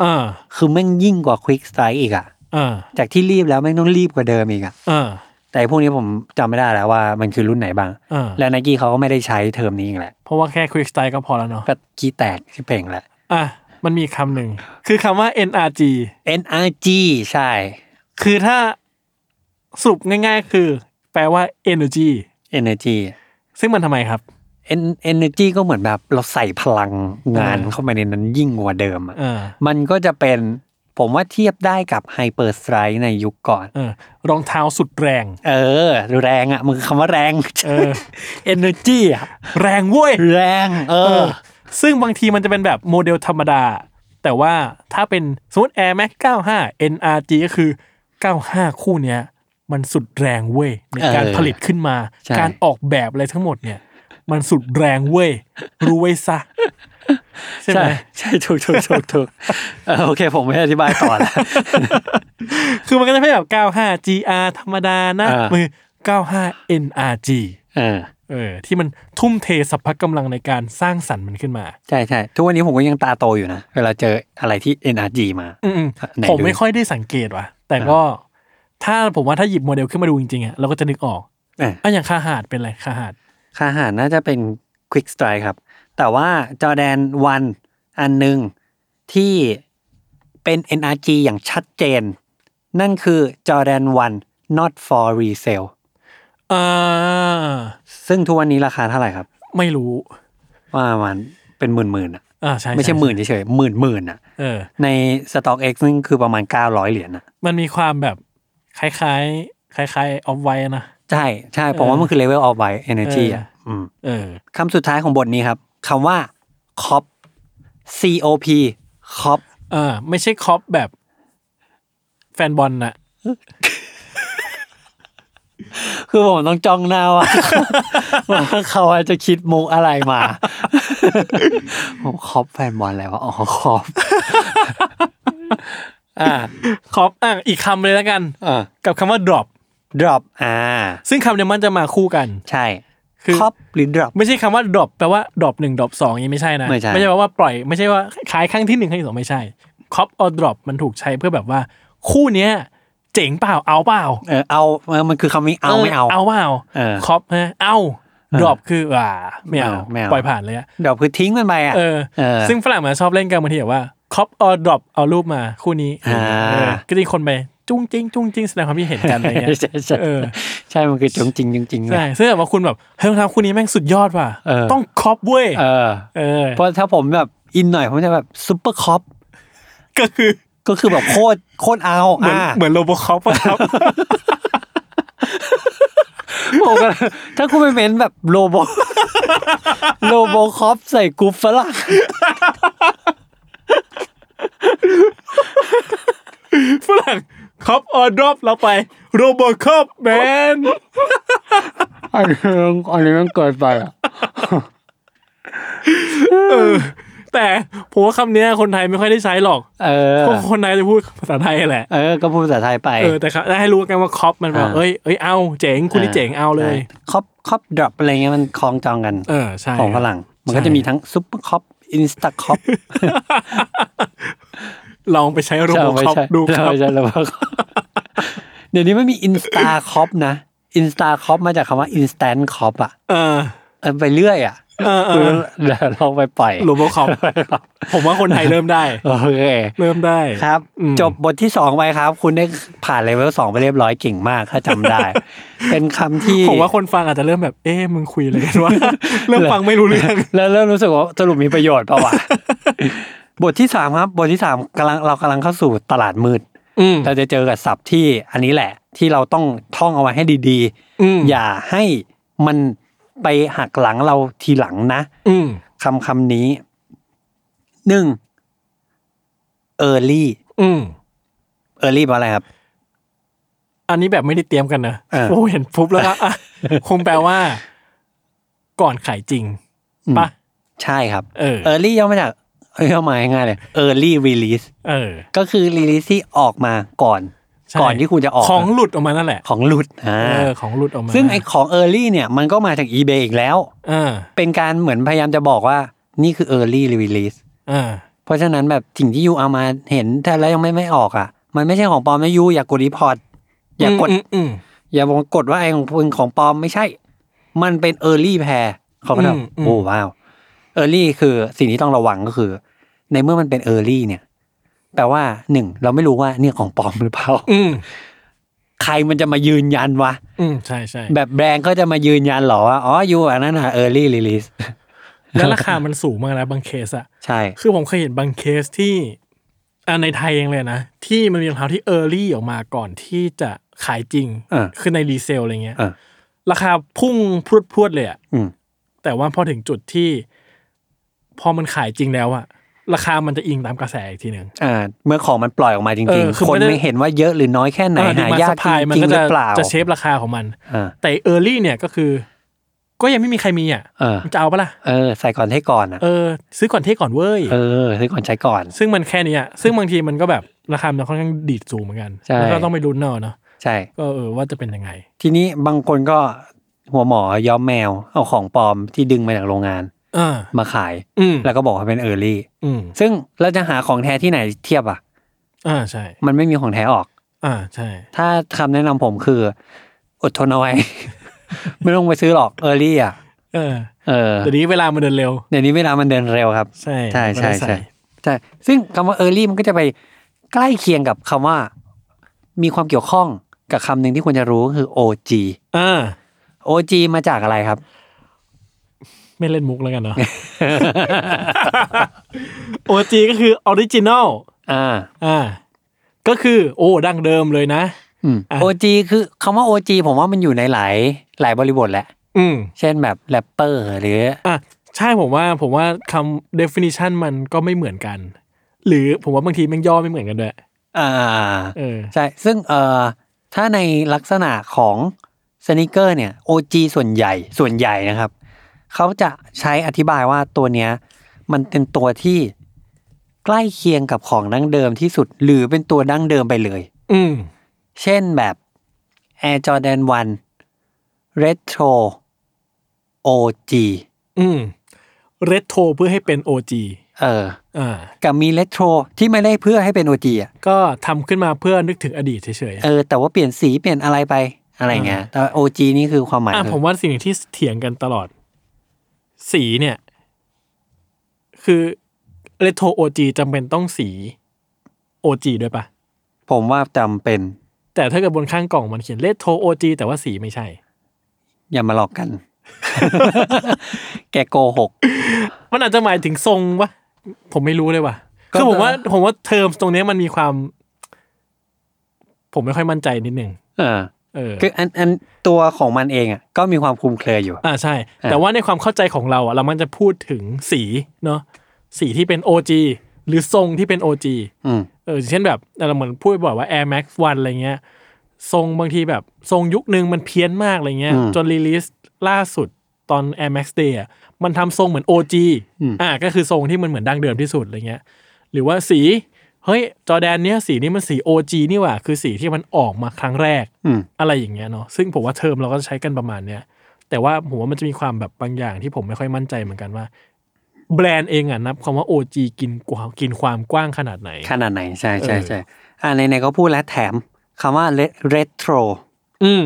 เออ คือแม่งยิ่งกว่า Quick Strike อีกอะ เออ จากที่รีบแล้วแม่งต้องรีบกว่าเดิมอีกอะ เออ แต่พวกนี้ผมจำไม่ได้แล้วว่ามันคือรุ่นไหนบ้าง เออ และ n นกี้เขาก็ไม่ได้ใช้เทอมนี้อีกแหละ เพราะว่าแค่ควิกสไตล์ก็พอแล้วเนาะ ก็กี้แตกที่เพลงแหละ อ่ะ มันมีคำหนึ่ง คือคำว่า NRG NRG ใช่ คือถ้าสรุปง่าย ๆ คือ แปลว่า energy Energy ซึ่งมันทำไมครับ En- Energy ก็เหมือนแบบเราใส่พลังงาน อ่า เข้าไปในนั้นยิ่งกว่าเดิมอะ เออ มันก็จะเป็นผมว่าเทียบได้กับ Hyper Strike ในยุคก่อน เออ รองเท้าสุดแรง เออ แรงอะมันคือคำว่าแรง เออ Energy อะ แรงเว้ย แรงเอ เอ อ อ ซึ่งบางทีมันจะเป็นแบบโมเดลธรรมดา แต่ว่าถ้าเป็นสมมติ Air Max 95 NRG ก็คือ 95 คู่เนี้ย มันสุดแรงเว้ย ในการ เออ ผลิตขึ้นมา ใช่ การออกแบบอะไรทั้งหมดเนี่ย มันสุดแรงเว้ย รู้ไว้ซะ ใช่ไหม ใช่ถูกถูกถูกถูก เออโอเค ผมไม่อธิบายต่อแล้ว คือมันก็จะเป็นแบบ 95 GR ธรรมดานะ อ่ามื มือ 95 NRG เออ เออ ที่มันทุ่มเทสรรพกำลังในการสร้างสรรค์มันขึ้นมา ใช่ใช่ทุกวันนี้ผมก็ยังตาโตอยู่นะ เวลาเจออะไรที่ NRG มา อืมๆ ไหนดู ผมไม่ค่อยได้สังเกตว่ะ แต่ก็ถ้าผมว่าถ้าหยิบโมเดลขึ้นมาดูจริงๆอ่ะเราก็จะนึกออก เอ่ะ อ่ะอย่างคาหาดเป็นอะไรคาหาด ค่าอาหารน่าจะเป็น Quick Strike ครับ แต่ว่าจอแดนวันอันหนึ่งที่เป็น NRG อย่างชัดเจน นั่นคือจอแดนวัน not for resale เออ ซึ่งทุกวันนี้ราคาเท่าไหร่ครับ ไม่รู้ ว่ามันเป็นหมื่นหมื่นๆอะ อ่าใช่ ไม่ใช่หมื่นเฉยๆหมื่นหมื่นๆอะ เออ ใน Stock X นี่คือประมาณ 900 เหรียญอะ มันมีความแบบคล้ายๆ คล้ายๆออฟไว้นะ ใช่ใช่ผมว่ามันคือเลเวลออฟไวเอเนจี เอออ่ อ่ะอืม เออ คำสุดท้ายของบทนี้ครับคำว่า cop cop cop เออ ไม่ใช่คอปแบบแฟนบอลน่ะ คือผมต้องจ้องหน้าว่า ว่าเขาจะคิดมุกอะไรมา ผมคอปแฟนบอลอะไรวะอ๋อคอปอ่า คอปอ่ะอีกคำเลยแล้วกัน อ่า กับคำว่า drop drop อ่า ซึ่งคำเนี้ยมันจะมาคู่กัน ใช่ คือ คอปหรือ drop ไม่ใช่คำว่า drop แปลว่า drop หนึ่ง drop สองอย่างนี้ไม่ใช่นะ ไม่ใช่ ใช่ว่าปล่อยไม่ใช่ว่าขายครั้งที่หนึ่งครั้งที่สองไม่ใช่ cop or drop มันถูกใช้เพื่อแบบว่า คู่เนี้ย เจ๋งเปล่าเอาเปล่า เออเอาเออมันคือคำนี้เอาไม่เอา เอาเปล่า เออ cop ฮะเอา drop คืออ่าไม่เอา ไม่เอา ปล่อยผ่านเลยอะ drop คือทิ้งมันไปอ่ะ เออ เออ ซึ่งฝรั่งมันชอบเล่นกันบางทีแบบว่า cop or drop เอารูปมาคู่นี้ อ่า เออก็จะมีคนไปจุ้งจิ้งจุ้งจิ้งแสดงความคิดเห็นกันอะไรเงี้ย ใช่ใช่ เออ ใช่มันคือจงจริงจริงๆไง ใช่ซึ่งแบบว่าคุณแบบเฮ้ยรองเท้าคู่นี้แม่งสุดยอดว่ะ เออ ต้องคอปเว้ย เออ เออ เพราะถ้าผมแบบอินหน่อยผมจะแบบซูเปอร์คอป ก็คือ ก็คือ แบบโคตรโคตรเอา เหมือน อ่ะ เหมือนโรบอคอปครับ ผมก็ถ้าคุณไปเม้นแบบโล โบโลโบคอปใส่กรุ๊ปฝรั่ง ฝรั่งคอปออดรอปเราไปโรบอคอปแมน อันนี้มันอันนี้มันเกิดไปอ่ะ แต่ผมว่าคำเนี้ยคนไทยไม่ค่อยได้ใช้หรอก เออ เพราะคนไทยจะพูดภาษาไทยแหละ เออ ก็พูดภาษาไทยไป เออแต่ครับได้ให้รู้กันว่าคอปมันแบบ อ่า เอ้ยเอ้ยเอาเจ๋งคุณนี่เจ๋งเอาเลย คอปคอปดรอปอะไรเงี้ยมันคล้องจองกัน เออใช่ ของฝรั่ง มันก็ ใช่ จะมีทั้งซุปเปอร์คอปอินสตาคอป ลองไปใช้โรบอคอปดูค ใช่ รับ ใช่แล้วก็เดี๋ยวนี้มันมีอินสตาคอปนะอินสตาคอปมาจากคำว่าอินสแตนคอปอ่ะ เออ เออไปเรื่อยอ่ะ เออ เออ เดี๋ยวลองไปปล่อย โรบอคอปผมว่าคนไทยเริ่มได้ โอเค เริ่มได้ ครับ อืม จบบทที่สองไปครับ คุณได้ผ่านเลเวลสองไปเรียบร้อยเก่งมากถ้าจำได้ เป็นคำที่ ผมว่าคนฟังอาจจะเริ่มแบบ เอ๊ะมึงคุยอะไรกันวะ เริ่มฟังไม่รู้เรื่อง แล้วเริ่มรู้สึกว่าสรุปมีประโยชน์เป ล่าวะ บทที่สามครับบทที่สามกำลังเรากำลังเข้าสู่ตลาดมืด อืม เราจะเจอกับศัพท์ที่อันนี้แหละ ที่เราต้องท่องเอาไว้ให้ดี อืม ๆ อย่าให้มันไปหักหลังเราทีหลังนะ อืม คำคำนี้หนึ่ง early อืม early แปลว่าอะไรครับ อันนี้แบบไม่ได้เตรียมกันนะ เออ โอ้เห็นปุ๊บแล้วก็ อ่ะคงแปลว่า ก่อนขายจริงปะ ใช่ครับ เออ early ย่อมาจากย่อมาง่ายๆเลย early release เออ ก็คือ release ที่ออกมาก่อน ใช่ ก่อนที่คุณจะออก ของหลุดออกมานั่นแหละ ของหลุดอ่า เออของหลุดออกมา ซึ่งไอของ early เนี่ย มันก็มาจาก eBay อีกแล้ว เออ เป็นการเหมือนพยายามจะบอกว่านี่คือ early release เออ เพราะฉะนั้นแบบสิ่งที่ยูเอามาเห็นแต่แล้วยังไม่ไม่ออกอ่ะ มันไม่ใช่ของปลอมนะยูอย่ากดรีพอร์ตอย่ากด มอืม อย่ามากดว่าไอ้ของเป็นของปลอมไม่ใช่ มันเป็น early pair เขาก็ท อืมอื ำ ม โอ้ว้าว early คือสิ่งที่ต้องระวังก็คือ ในเมื่อมันเป็น early เนี่ย แปลว่าหนึ่งเราไม่รู้ว่าเนี่ยของปลอมหรือเปล่า อืม ใครมันจะมายืนยันวะ อืมใช่ใช่ แบบแบรนด์ก็จะมายืนยันเหรอว่าอ๋อยูอันนั้นอ่ะ early release แล้วราคามันสูงมากนะบางเคสอะ ใช่ คือผมเคยเห็นบางเคสที่อ่าในไทยเองเลยนะ ที่มันมีรองเท้าที่เออร์ลี่ออกมาก่อนที่จะขายจริง อ่า คือในรีเซลอะไรเงี้ย อ่ะ ราคาพุ่งพรวดพรวดๆเลยอะ อืม แต่ว่าพอถึงจุดที่ พอมันขายจริงแล้วอะราคามันจะอิงตามกระแสอีกทีหนึ่ง อ่าเมื่อของมันปล่อยออกมาจ เอ ริง อคือ ๆ คน ไม่ได้ ไม่เห็นว่าเยอะหรือน้อยแค่ไหนหายาก พายมัน จริง ก็ ๆหรื จะ อเปล่า จะเชฟราคาของมัน อ่า แต่เออร์ลี่เนี่ยก็คือ ก็ยังไม่มีใครมีอะ เออ จะเอาปะล่ะ เออ ใส่ก่อนให้ก่อนอ่ะ เออ ซื้อก่อนเท่ก่อนเว้ย เออใส่ก่อนใช้ก่อน ซึ่งมันแค่เนี้ยซึ่งบางทีมันก็แบบราคามันค่อนข้างดีดสูงเหมือนกัน ใช่ แล้วก็ต้องไปลุ้นเนาะเนาะ ใช่ ก็เออว่าจะเป็นยังไง ทีนี้บางคนก็หัวหมอย้อมแมว เอาของปลอมที่ดึงมาจากโรงงาน เออ มาขาย อืม แล้วก็บอกว่าเป็นเออร์ลี่ อืม ซึ่งเราจะหาของแท้ที่ไหนเทียบอ่ะ อ่าใช่ มันไม่มีของแท้ออก อ่าใช่ ถ้าคำแนะนำผมคือ อดทนเอาไว้ ไม่ต้องไปซื้อหรอกเออร์ลี่อ่ะ เออ เออ แต่นี้เวลามันเดินเร็ว เดี๋ยวนี้เวลามันเดินเร็วครับ ใช่ ใช่ มันก็ ใช่ ได้ ใช่ใช่ซึ่งคำว่า early มันก็จะไปใกล้เคียงกับคำว่า มีความเกี่ยวข้องกับคำหนึ่งที่ควรจะรู้ก็คือ OG อ่า OG มาจากอะไร ครับ ไม่เล่นมุกแล้วกันเนาะ โอจีก็คือออริจินอล อ่า อ่า ก็คือโอ้ดั้งเดิมเลยนะ อืม อ่ะ OG คือคำว่า OG ผมว่ามันอยู่ในหลายหลายบริบทแหละ อืม เช่นแบบแรปเปอร์หรือ อ่ะใช่ผมว่าผมว่าคำ definition มันก็ไม่เหมือนกัน หรือผมว่าบางทีแมันย่อไม่เหมือนกันด้วย อ่า เออ ใช่ ซึ่งเอ่อถ้าในลักษณะของสนิเกอร์เนี่ย OG ส่วนใหญ่ส่วนใหญ่นะครับ เขาจะใช้อธิบายว่าตัวเนี้ย มันเป็นตัวที่ใกล้เคียงกับของดั้งเดิมที่สุด หรือเป็นตัวดั้งเดิมไปเลย อืม เช่นแบบ Air Jordan 1 Retro OG อืมเรโทรเพื่อให้เป็นโอจี เออ อ่า กับมี Retro ที่ไม่ได้เพื่อให้เป็น OG อ่ะ ก็ทำขึ้นมาเพื่อนึกถึงอดีตเฉยๆ เออ แต่ว่าเปลี่ยนสีเปลี่ยนอะไรไปอะไรเงี้ยแต่ OG นี่คือความหมาย อ่ะ คือ ผมว่าสิ่งที่เถียงกันตลอด สีเนี่ย คือเรโทรโอจีจำเป็นต้องสีโอจีด้วยปะ ผมว่าจำเป็น แต่ถ้าเกิดบนข้างกล่องมันเขียนเรโทรโอจีแต่ว่าสีไม่ใช่ อย่ามาหลอกกัน แกโกหก มันอาจจะหมายถึงทรงวะผมไม่รู้เลยว่ะ ก็ คือผมว่า ผมว่าเทอมตรงเนี้ยมันมีความ ผมไม่ค่อยมั่นใจนิดนึง เออ เออ คืออันอันตัวของมันเองอ่ะ ก็มีความคลุมเครืออยู่ อ่าใช่ แต่ว่าในความเข้าใจของเราอ่ะเรามันจะพูดถึงสีเนาะสีที่เป็นโอจีหรือทรงที่เป็นโอจี อืม เ เออเช่นแบบเราเหมือนพูดบ่อยว่า Air Max 1อะไรเงี้ย ทรงบางทีแบบทรงยุคนึงมันเพี้ยนมากอะไรเงี้ย อืม จนรีลิสล่าสุดตอน Air Max Day อะมันทำทรงเหมือน OG อืม อ่าก็คือทรงที่มันเหมือนดั้งเดิมที่สุดอะไรเงี้ย หรือว่าสี เฮ้ย จอแดนเนี้ยสีนี้มันสี OG นี่หว่า คือสีที่มันออกมาครั้งแรก อืม อะไรอย่างเงี้ยเนาะซึ่งผมว่าเทอมเราก็ใช้กันประมาณเนี้ยแต่ว่าผมว่ามันจะมีความแบบบางอย่างที่ผมไม่ค่อยมั่นใจเหมือนกันว่า แบรนด์เองอ่ะนับคำว่า OG กินกว่ากินความกว้างขนาดไหน ขนาดไหนใช่ใช่ เออ ใช่อ่าไหนๆก็พูดแล้วแถมคำว่าเรโทร อืม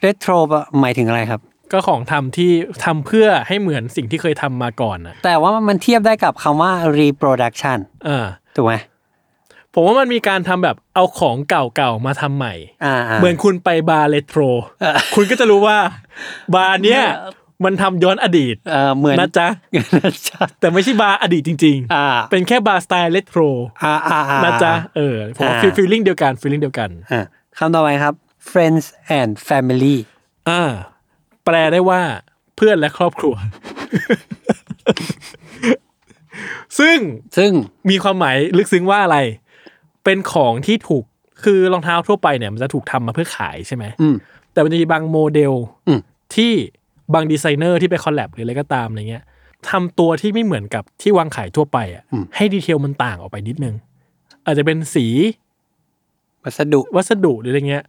เรโทรหมายถึงอะไรครับ ก็ของทำที่ทำเพื่อให้เหมือนสิ่งที่เคยทำมาก่อนอ่ะ แต่ว่ามันเทียบได้กับคำว่า reproduction เออ ถูกไหม ผมว่ามันมีการทำแบบเอาของเก่าๆมาทำใหม่ อ่าๆ เหมือนคุณไปบาร์เลโทร เออ คุณก็จะรู้ว่า บาร์เนี้ยมันทำย้อนอดีต เออเหมือน นะจ๊ะ นะจ๊ะ แต่ไม่ใช่บาร์อดีตจริง อ่า ๆ เป็นแค่บาร์สไตล์เลโทร อ่าอ่าอ่า นะจ๊ะเออผมว่า อ่า ฟีลลิ่งเดียวกันฟีลลิ่งเดียวกัน อ่าคำต่อไปครับ friends and family อ่า แปลได้ว่าเพื่อนและครอบครัว ซึ่ง ซึ่ง มีความหมายลึกซึ้งว่าอะไร เป็นของที่ถูกคือรองเท้าทั่วไปเนี่ยมันจะถูกทำมาเพื่อขายใช่ไหม อืม แต่มันจะมีบางโมเดล อืม ที่บางดีไซเนอร์ที่ไปคอลแลบหรืออะไรก็ตามอะไรเงี้ยทำตัวที่ไม่เหมือนกับที่วางขายทั่วไปอ่ะให้ดีเทลมันต่างออกไปนิดนึง อาจจะเป็นสี วัสดุ วัสดุหรืออะไรเงี้ย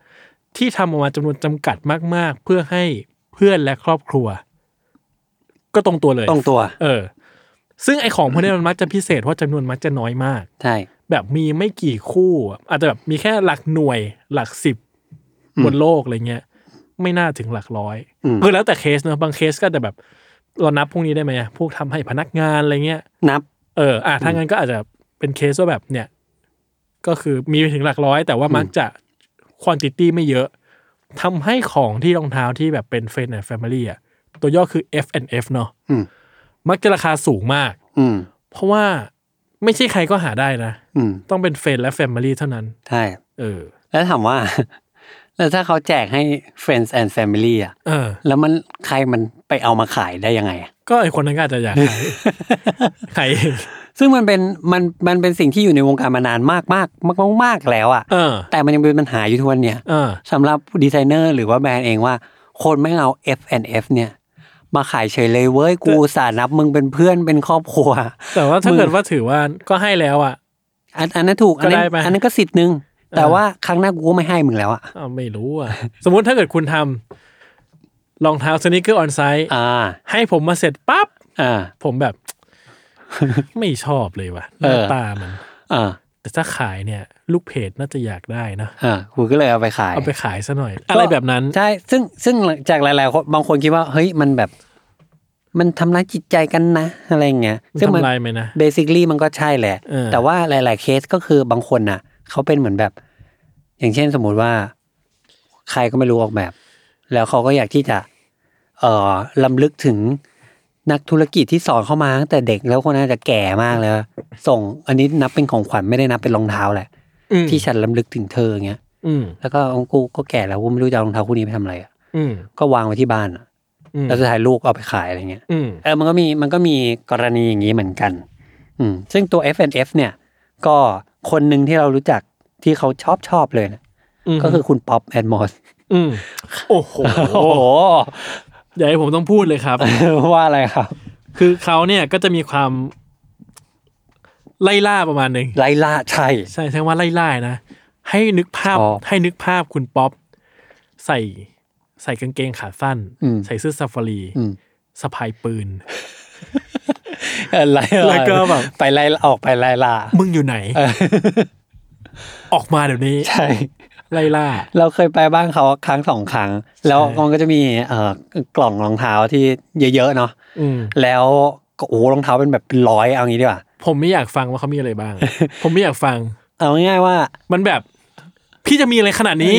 ที่ทำออกมาจำนวนจำกัดมาก ๆ เพื่อให้เพื่อนและครอบครัว ก็ตรงตัวเลย ตรงตัว เออ ซึ่งไอของพวกนี้มันมักจะพิเศษเพราะจำนวนมักจะน้อยมาก ใช่ แบบมีไม่กี่คู่อะอาจจะแบบมีแค่หลักหน่วยหลักสิบ อืม บนโลกอะไรเงี้ย ไม่น่าถึงหลักร้อย อืม เออแล้วแต่เคสเนอะบางเคสก็จะแบบเรานับพวกนี้ได้ไหมอะพวกทำให้พนักงานอะไรเงี้ย นับ เออ อ่ะถ้างั้นก็อาจจะเป็นเคสว่าแบบเนี่ย ก็คือมีไปถึงหลักร้อย แต่ว่ามักจะควอนติตี้ไม่เยอะ ทำให้ของที่รองเท้าที่แบบเป็นเฟรนด์แอนด์แฟมิลี่อ่ะ ตัวย่อคือ F and F เนาะ อืม มักจะราคาสูงมาก อืม เพราะว่าไม่ใช่ใครก็หาได้นะ อืม ต้องเป็นเฟรนด์และแฟมิลี่เท่านั้น ใช่ เออ แล้วถามว่า แล้วถ้าเขาแจกให้ friends and family อ่ะ เออ แล้วมันใครมันไปเอามาขายได้ยังไงอะ ก็ไอคนนั้นก็อาจจะอยากขาย ขายเอง ซึ่งมันเป็นมันมันเป็นสิ่งที่อยู่ในวงการมานานมากมากมากมากมากแล้วอะ เออ แต่มันยังเป็นปัญหาอยู่ทุกวันเนี่ย เออ สำหรับดีไซเนอร์หรือว่าแบรนด์เองว่า คนไม่เอา F F เนี่ย มาขายเฉยเลยเว้ย กูอุตสาห์นับมึงเป็นเพื่อนเป็นครอบครัว แต่ว่าถ้า มึง เกิดว่าถือว่าก็ให้แล้วอ่ะ อันอันนั้นถูก อันนั้ ก็ น ได้ไป อันนั้นก็สิทธิ์หนึ่งแต่ว่าครั้งหน้ากูก็ไม่ให้มึงแล้วอะ อ้าวไม่รู้อ่ะ สมมติถ้าเกิดคุณทำรองเท้าสนิเกอร์ออนไซต์ อ่า ให้ผมมาเสร็จปั๊บ อ่า ผมแบบ ไม่ชอบเลยว่ะห เออ น้าตามัน อ่า แต่ถ้าขายเนี่ย ลูกเพจน่าจะอยากได้นะ อ่ากูก็เลยเอาไปขาย เอาไปขายซะหน่อย อะไรแบบนั้น ใช่ซึ่งซึ่งจากหลายๆคนบางคนคิดว่าเฮ้ยมันแบบ มันทำร้ายจิตใจกันนะอะไรอย่างเงี้ยซึ่งมัน ทำลายไหมนะ เบสิคลี่มันก็ใช่แหละ เออ แต่ว่าหลาย ๆ เคสก็คือบางคนน่ะ เขาเป็นเหมือนแบบ อย่างเช่นสมมุติว่า ใครก็ไม่รู้ออกแบบ แล้วเขาก็อยากที่จะ เอ่อลำลึกถึงนักธุรกิจที่สอนเข้ามาตั้งแต่เด็กแล้วคนน่าจะแก่มากแล้ว ส่งอันนี้นับเป็นของขวัญไม่ได้นับเป็นรองเท้าแหละ อืม ที่ฉันลำลึกถึงเธออย่างเงี้ย อืม แล้วก็ของกูก็แก่แล้วกูไม่รู้จะเอารองเท้าคู่นี้ไปทำอะไรอะ อืม ก็วางไว้ที่บ้านอะ อืม แล้วสุดท้ายลูกเอาไปขายอะไรเงี้ย อืม เออ มันก็มี มันก็มีกรณีอย่างนี้เหมือนกัน อืม ซึ่งตัว F F เนี่ย ก็คนหนึ่งที่เรารู้จักที่เขาชอบชอบเลยนะ ม ก็คือคุณป๊อปแอนมอส อืมโอ้โหอย่าให้ผมต้องพูดเลยครับ ว่าอะไรครับ คือเขาเนี่ยก็จะมีความไล่ล่าประมาณหนึ่ง ไลล่าใช่ ใช่ใช่ว่าไล่ล่านะ ให้นึกภาพ ชอบ ให้นึกภาพคุณป๊อป ใส่ใส่กางเกงขาสั้น อืม ใส่เสื้อซาฟารี อืม สะพายปืน ไล แล้วก็แบบ ไปไล่ออกไปไล่ล่า มึงอยู่ไหน เออ ออกมาเดี๋ยวนี้ ใช่ ไล่ล่า เราเคยไปบ้านเขาครั้งสองครั้ง แล้ว ใช่ มันก็จะมีเอ่อกล่องรองเท้าที่เยอะๆเนาะ อืม แล้วก็โอ้โหรองเท้าเป็นแบบเป็นร้อยเอางี้ดีกว่า ผมไม่อยากฟังว่าเขามีอะไร บ้าง ผมไม่อยากฟัง เอาง่ายๆว่า มันแบบ พี่จะมีอะไรขนาด นี้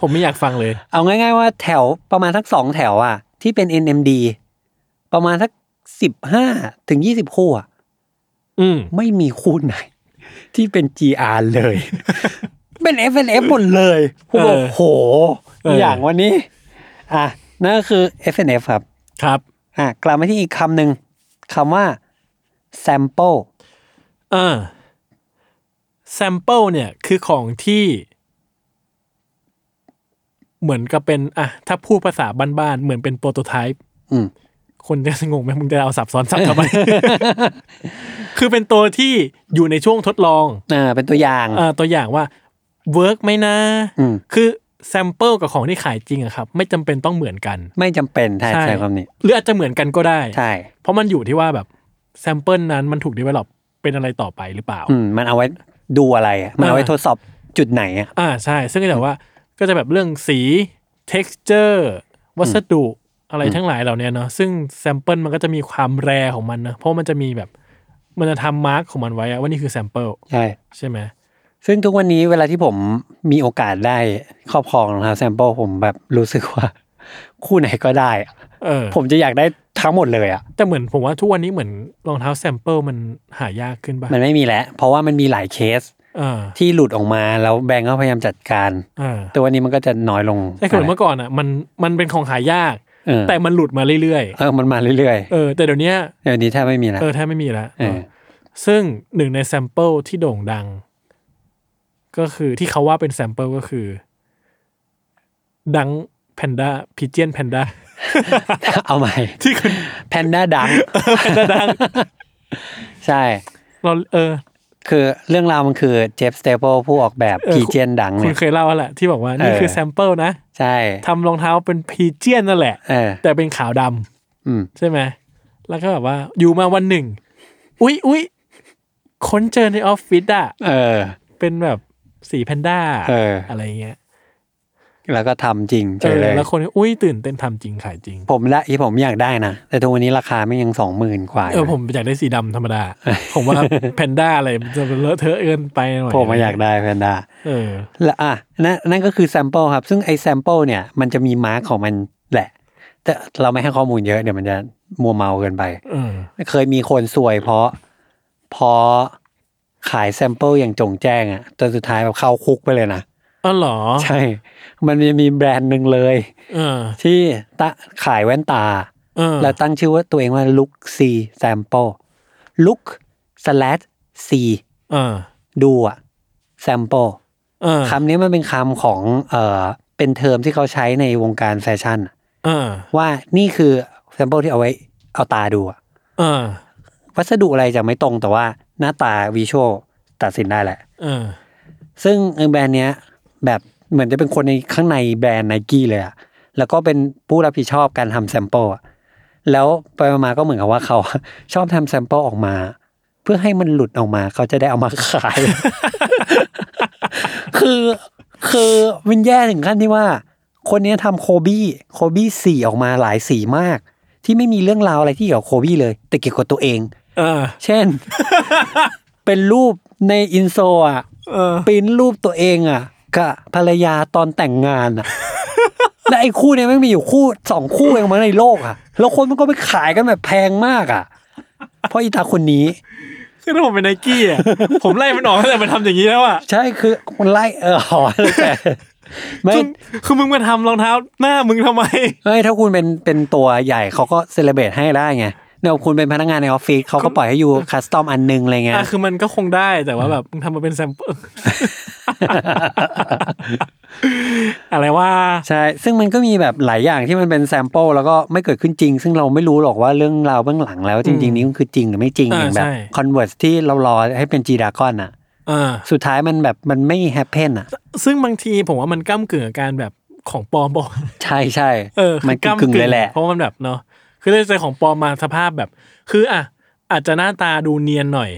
ผมไม่อยากฟังเลย เอาง่ายๆว่าแถวประมาณสักสองแถวอ่ะ ที่เป็น NMD ประมาณสักสิบห้าถึงยี่สิบคู่อ่ะ อืม ไม่มีคู่ไหน ที่เป็น GR เลย เป็น F F หมดเลยผมบอกโหอย่างวันนี้ อ่ะ นั่นก็คือ F F ครับ ครับ อ่ะ กลับมาที่อีกคำหนึ่งคำว่า sample เออ แซมเปิลเนี่ยคือของที่ เหมือนกับเป็นอ่ะถ้าพูดภาษาบ้านๆเหมือนเป็นโปรโตไทป์ อืม คนจะงงไหมมึงจะเอาสับซ้อนสับ ทำไม คือเป็นตัวที่อยู่ในช่วงทดลอง อ่าเป็นตัวอย่าง เอ่อตัวอย่างว่าเวิร์กไหมนะ อืม คือแซมเปิลกับของที่ขายจริงอะครับ ไม่จำเป็นต้องเหมือนกัน ไม่จำเป็นใช่ ใช่ ใช่ความนี้ หรืออาจจะเหมือนกันก็ได้ ใช่ เพราะมันอยู่ที่ว่าแบบแซมเปิลนั้นมันถูกดีเวล็อปเป็นอะไรต่อไปหรือเปล่า อืมมันเอาไว้ดูอะไรอะมันเอาไว้ อ่า ทดสอบจุดไหนอ่ะ อ่าใช่ ซึ่งก็แต่ว่าก็จะแบบเรื่องสี texture วัสดุอะไรทั้งหลายเหล่าเนี้ยเนาะซึ่งแซมเปิลมันก็จะมีความแรของมันนะเพราะมันจะมีแบบมันจะทำมาร์กของมันไว้อะว่านี่คือแซมเปิล ใช่ ใช่ไหม ซึ่งทุกวันนี้เวลาที่ผมมีโอกาสได้ครอบครองรองเท้าแซมเปิลผมแบบรู้สึกว่า คู่ไหนก็ได้อะ เออ ผมจะอยากได้ทั้งหมดเลยอ่ะ แต่เหมือนผมว่าทุกวันนี้เหมือนรองเท้าแซมเปิลมันหายากขึ้นบ้าง มันไม่มีแล้ว เพราะว่ามันมีหลายเคส อ่า ที่หลุดออกมาแล้วแบงก์ก็พยายามจัดการ อ่า แต่วันนี้มันก็จะน้อยลง ใช่คือเหมือนเมื่อก่อนอ่ะมันมันเป็นของหายาก เออ แต่มันหลุดมาเรื่อย เออมันมาเรื่อย ๆเออแต่เดี๋ยวเนี้ย ๆเดี๋ยวนี้แทบไม่มีแล้ว เออแทบไม่มีแล้ว เออ ซึ่งหนึ่งในแซมเปิลที่โด่งดัง ก็คือที่เขาว่าเป็นแซมเปิลก็คือ ดังแพนด้าพิเจียนแพนด้า เอาใหม่ ที่คุณ แพนด้า ดัง แพนด้าดัง ใช่ เราเออ คือเรื่องราวมันคือเจฟสเตเปิลผู้ออกแบบ เออ พีเจนดัง คุ เนี่ ณ ย เคยเล่าแล้วแหละที่บอกว่านี่ เออ คือแซมเปิลนะ ใช่ ทำรองเท้าเป็นพีเจียนนั่นแหละ เออ แต่เป็นขาวดำ อืม ใช่ไหม แล้วก็แบบว่าอยู่มาวันหนึ่ง อุ๊ยอุ๊ยค้นเจอในออฟฟิศอะ เออ เป็นแบบสีแพนด้า เออ อะไรเงี้ย แล้วก็ทำจริงเจอเลย แล้วคนก็อุ๊ยตื่นเต้นทำจริงขายจริง ผมละอีผมอยากได้นะ แต่ทุกวันนี้ราคาไม่งยังสองหมื่นกว่า เออผมอยากได้สีดำธรรมดา ผมว่าแพนด้าอะไรมันจะเลอะเทอะเกินไปหน่อย ผมมาอยากได้แพนด้า เออ และอ่ะนั่นนั่นก็คือแซมเปิลครับ ซึ่งไอแซมเปิลเนี่ย มันจะมีมาร์กของมันแหละ แต่เราไม่ให้ข้อมูลเยอะเดี๋ยวมันจะมัวเมาเกินไป เออ เคยมีคนซวยเพราะเพราะขายแซมเปิลอย่างจงแจ้งอะจนสุดท้ายแบบเข้าคุกไปเลยนะ อ๋อเหรอ ใช่ มันจะมีแบรนด์หนึ่งเลย เออ ที่ตะขายแว่นตา เออ แล้วตั้งชื่อว่าตัวเองว่า Look C Sample Look slash C เออ ดูอะ Sample เออ คำนี้มันเป็นคำของเออเป็นเทอมที่เขาใช้ในวงการแฟชั่นอะ เออ ว่านี่คือ Sample ที่เอาไว้เอาตาดูอะ เออ วัสดุอะไรจะไม่ตรงแต่ว่าหน้าตาวิชวลตัดสินได้แหละ เออ ซึ่งแบรนด์เนี้ยแบบเหมือนจะเป็นคนในข้างในแบรนด์ไนกี้เลยอะแล้วก็เป็นผู้รับผิดชอบการทำแซมเปิลอะแล้วไปมาก็เหมือนกับว่าเขา ชอบทำแซมเปิลออกมา เพื่อให้มันหลุดออกมาเขาจะได้เอามาขาย คือคือมันแย่ถึงขั้นที่ว่า คนเนี้ยทำโคบี้โคบี้สีออกมาหลายสีมาก ที่ไม่มีเรื่องราวอะไรที่เกี่ยวกับโคบี้เลย แต่เกี่ยวกับตัวเอง เออ เช่น เป็นรูปในอินโซอ่ะ เออ ปริ้นรูปตัวเองอ่ะกับภรรยาตอนแต่งงานอ่ะ และไอ้คู่เนี้ยไม่งมีอยู่คู่สองคู่เองมั้งในโลกอ่ะแล้วคนมันก็ไปขายกันแบบแพงมากอ่ะ เพราะอีตาคนนี้ คือถ้าผมเป็นไนกี้อะ ผมไล่มันออกตั้งแต่มันทำอย่างนี้แล้วอะ ใช่คือคนไล่เอ อหอแต่ไม่ คือคือมึงมาทำรองเท้าหน้ามึงทำไม ไม่ถ้าคุณเป็นเป็นตัวใหญ่เขาก็เซเลบรตให้ได้ไงเนี่ยคุณเป็นพนักงานในออฟฟิศเขาก็ปล่อยให้อยู่คัสตอมอันนึงอะไรเงี้ย อ่ะคือมันก็คงได้แต่ว่าแบบมึงทำมาเป็นแซมเปิล อะไรว่า ใช่ ซึ่งมันก็มีแบบหลายอย่างที่มันเป็นแซมเปิลแล้วก็ไม่เกิดขึ้นจริง ซึ่งเราไม่รู้หรอกว่าเรื่องราวเบื้องหลังแล้วจริง ๆ นี้มันคือจริงหรือไม่จริง อ่า อย่างแบบ ใช่ คอนเวอร์สที่เรารอให้เป็นจีดากอนอ่ะ อ่า สุดท้ายมันแบบมันไม่แฮปเพนอ่ะ ซึ่งบางทีผมว่ามันก้ามกึ่งกับการแบบของปลอมบอก ใช่ใช่ เออ มันกึ่งๆเลยแหละ เพราะมันแบบเนาะคือเลยใจของปลอมมาสภาพแบบ คืออ่ะอาจจะหน้าตาดูเนียนหน่อย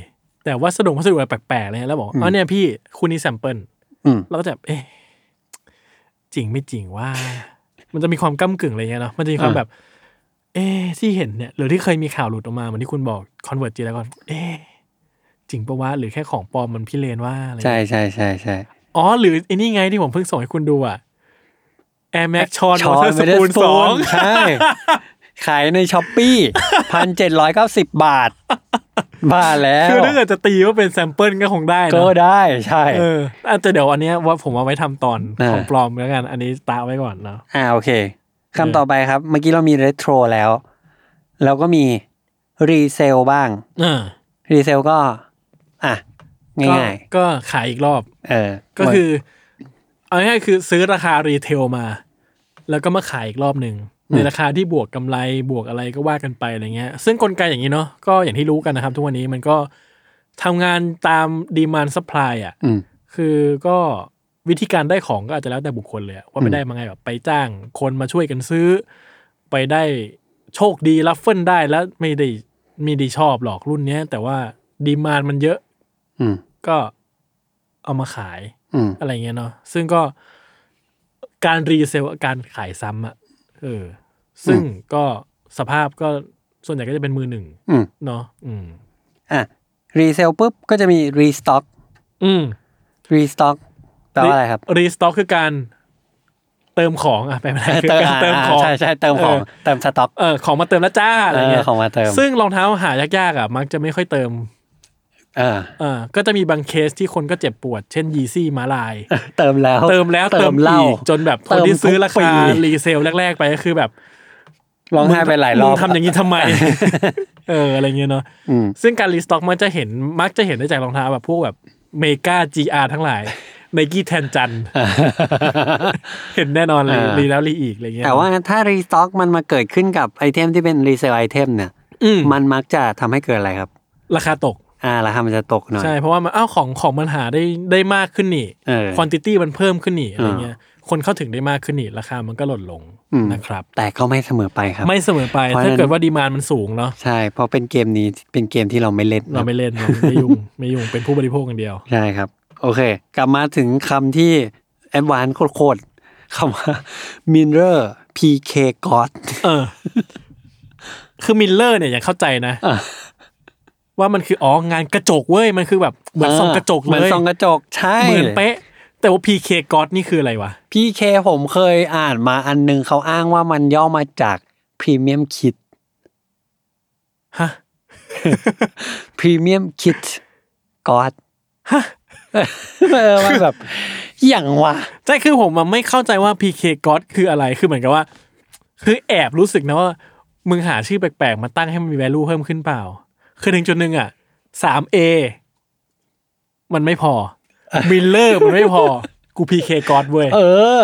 แต่ว่าสะดงวัสดุอะไรแปลกๆเลยแล้วบอกอ๋อเนี่ยพี่คุณนี่แซมเปิล อืม เราก็จะแบบเอ๊ะจริงไม่จริงว่า มันจะมีความก้ามกึ่งอะไรเงี้ยเนาะมันจะมีความแบบ เอ๊ะที่เห็นเนี่ยหรือที่เคยมีข่าวหลุดออกมาเหมือนที่คุณบอกคอนเวิร์ตจีแล้วก่อนเอ๊ะจริงปะวะหรือแค่ของปลอมมันพี่เลนว่าอะไรเงี้ย ใช่ใช่ใช่ใช่ อ๋อ หรือไอ้นี่ไงที่ผมเพิ่งส่งให้คุณดูอ่ะ Air Max ชอน ช้ ว อ อเตอน ร์ส ไม่ได้ ปูน ส สอง ใช่ขายในช้อป ปี้พันเจ็ดร้อยเก้าสิบบาท บ้าแล้ว คือถ้าเกิดจะตีว่าเป็นแซมเปิลก็คงได้นะ ก็ได้ใช่ เอออาจจะแต่เดี๋ยวอันเนี้ยว่าผมเอาไว้ทำตอน อ่า ของปลอมแล้วกัน อันนี้ตาไว้ก่อนเนาะ อ่าโอเคคำต่อไปครับ เมื่อกี้เรามีเรโทรแล้วเราก็มีรีเซลบ้าง เออ รีเซลก็ อ่ะ ก็ ง่าย ก็ขายอีกรอบ ๆ เออ ก็คือ เอาง่ายๆคือซื้อราคารีเทลมา แล้วก็มาขายอีกรอบหนึ่งในราคาที่บวกกำไรบวกอะไรก็ว่ากันไปอะไรเงี้ย ซึ่งกลไกอย่างนี้เนาะก็อย่างที่รู้กันนะครับ ทุกวันนี้มันก็ทำงานตามดีมานซัพพลายอ่ะ อืม คือก็วิธีการได้ของก็อาจจะแล้วแต่บุคคลเลยอะว่าไป อืม ได้มาไงแบบไปจ้างคนมาช่วยกันซื้อ ไปได้โชคดีรับเฟิลได้แล้วไม่ได้ไม่ได้ชอบหรอกรุ่นเนี้ย แต่ว่าดีมานมันเยอะ อืม ก็เอามาขาย อืม อะไรเงี้ยเนาะซึ่งก็การรีเซลการขายซ้ำอะเออ ซึ่งก็สภาพก็ส่วนใหญ่ก็จะเป็นมือหนึ่ง อืม เนาะอืม อ่ะรีเซลปุ๊บก็จะมีรีสต็อก อืม รีสต็อกแปลว่าอะไรครับ รีสต็อกคือการเติมของอะไป ไม่ได้คือ การเติม อ่า ของ ใช่ใช่เติมของ เออ เติมสต็อก เออของมาเติมแล้วจ้าอะไรเงี้ย เออของมาเติม ซึ่งรองเท้าหายากๆอ่ะมักจะไม่ค่อยเติม เออ เออก็จะมีบางเคสที่คนก็เจ็บปวด เช่นยีซี่มาลาย เติมแล้ว เติมแล้ว เติ เติ ม ม เหล้า อีกจนแบบคนที่ซื้อราคา เติมทุกปี รีเซลแรก ๆ ไปก็คือแบบ ร้องไห้ไปหลายรอบ มึงทำอย่างนี้ทำไม เอออะไรเงี้ยเนาะ อืม ซึ่งการรีสต็อกมันจะเห็นมักจะเห็นได้จากรองเท้าแบบพวกแบบเมกา GR ทั้งหลาย ไนกี้แทนจัน เห็นแน่นอนเลย อ่า รีแล้วรีอีกอะไรเงี้ย แต่ว่าถ้ารีสต็อกมันมาเกิดขึ้นกับไอเทมที่เป็นรีเซลไอเทมเนี่ย อืม มันมักจะทำให้เกิดอะไรครับ ราคาตก อ่าราคามันจะตกหน่อย ใช่ เพราะว่ามันอ้าวของของมันหาได้ได้มากขึ้นนี่ เออ ควอนติตี้มันเพิ่มขึ้นนี่อะไรเงี้ย คนเข้าถึงได้มากขึ้นนี่ราคามันก็ลดลง อืม นะครับ แต่ก็ไม่เสมอไปครับ ไม่เสมอไป เพราะฉะนั้น ถ้าเกิดว่าดีมานมันสูงเนาะ ใช่ เพราะเป็นเกมนี้เป็นเกมที่เราไม่เล่น เราไม่เล่นเราไม่ยุ่งไม่ยุ่งเป็นผู้บริโภคอย่างเดียว ใช่ครับ โอเค กลับมาถึงคำที่แอดวานซ์โคตร ๆคำว่า Mirror PK God เออ คือมิลเลอร์เนี่ยยังเข้าใจนะ อ่ะ ว่ามันคืออ๋องานกระจกเว้ย มันคือแบบเหมือนส่องกระจก เห เล มือน ย ส่องกระจก ใช่ เหมือนเป๊ะ แต่ว่า PK g o d นี่คืออะไรวะ พี่เคผมเคยอ่านมาอันนึงเขาอ้างว่ามันย่อมาจากพรีเมียมคิด ฮะ พรีเมียมคิดก็อดเออมันแบบอย่างวะ ใช่คือผมมันไม่เข้าใจว่า PK g o d คืออะไร คือเหมือนกับว่า คือแอบรู้สึกนะว่า มึงหาชื่อแปลกๆ มาตั้งให้มันมี value เพิ่มขึ้นเปล่า คือถึงจุดหนึ่งอ่ะ 3A มันไม่พอ มิลเลอร์มันไม่พอ กู PK g o d เว้ย เออ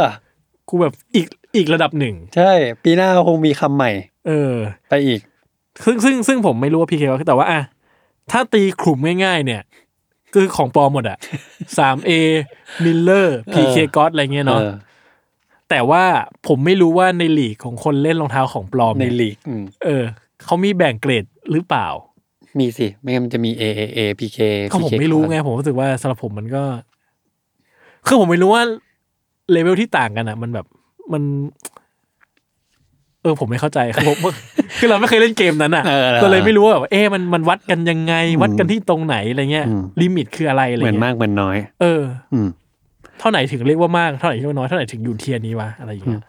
กูแบบอีกอีกระดับหนึ่ง ใช่ ปีหน้าคงมีคำใหม่ เออ ไปอีก ซึ่งซึ่งซึ่งผมไม่รู้ว่าพีเคว่าแต่ว่าอ่ะถ้าตีขลุ่มง่ายๆ เนี่ย คือของปลอมหมดอ่ะ 3A Miller PK เออ g o d อะไรเงี้ยเนาะ เออ แต่ว่าผมไม่รู้ว่าในหลีกของคนเล่นรองเท้าของปลอม ใน เนี่ย ลีกอืม เออเขามีแบ่งเกรดหรือเปล่า มีสิ ไม่งั้นมันจะมี A A A P K ก็ผมไม่รู้ไง ผมรู้สึกว่าสำหรับผมมันก็ คือผมไม่รู้ว่าเลเวลที่ต่างกันอ่ะ มันแบบมัน เออ ผมไม่เข้าใจ ครับผม คือเราไม่เคยเล่นเกมนั้นอ่ะ เออ ก็เลยไม่รู้ว่าแบบเอ๊ะมันมันวัดกันยังไง วัดกันที่ตรงไหนอะไรเงี้ย อืม ลิมิตคืออะไรอะไร เหมือน เงี้ย มากเหมือนน้อย เออ อืม เท่าไหนถึงเรียกว่ามากเท่าไหนเรียกว่าน้อยเท่าไหนถึงอยู่เทียนี้วะอะไรอย่างเงี้ย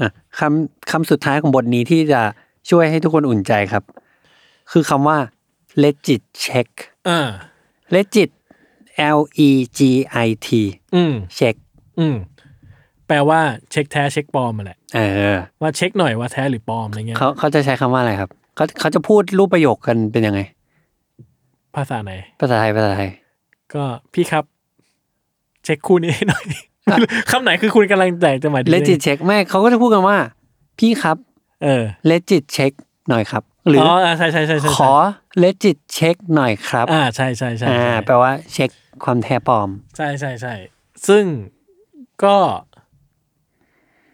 อ่ะคำคำสุดท้ายของบทนี้ที่จะช่วยให้ทุกคนอุ่นใจครับ คือคำว่า legit check อ่า legit L E G I T อืม check อืมแปลว่าเช็คแท้เช็คปลอมมาแหละ เออ ว่าเช็คหน่อยว่าแท้หรือปลอมอะไรเงี้ย เขาเขาจะใช้คำว่าอะไรครับเขาเขาจะพูดรูปประโยคกันเป็นยังไง ภาษาไหน ภาษาไทยภาษาไทย ก็พี่ครับ เช็คคู่นี้ให้หน่อย คำไหนคือคุณกำลังแต่จะหมายถึง legit check ไม่เขาก็จะพูดกันว่า พี่ครับ เออ legit check หน่อยครับ หรือ อ๋อ อ อ่าใช่ใช่ใช่ใช่ ขอ legit check หน่อยครับ อ่าใช่ใช่ใช่ อ่า ใช่ แปลว่าเช็คความแท้ปลอม ใช่ใช่ใช่ซึ่งก็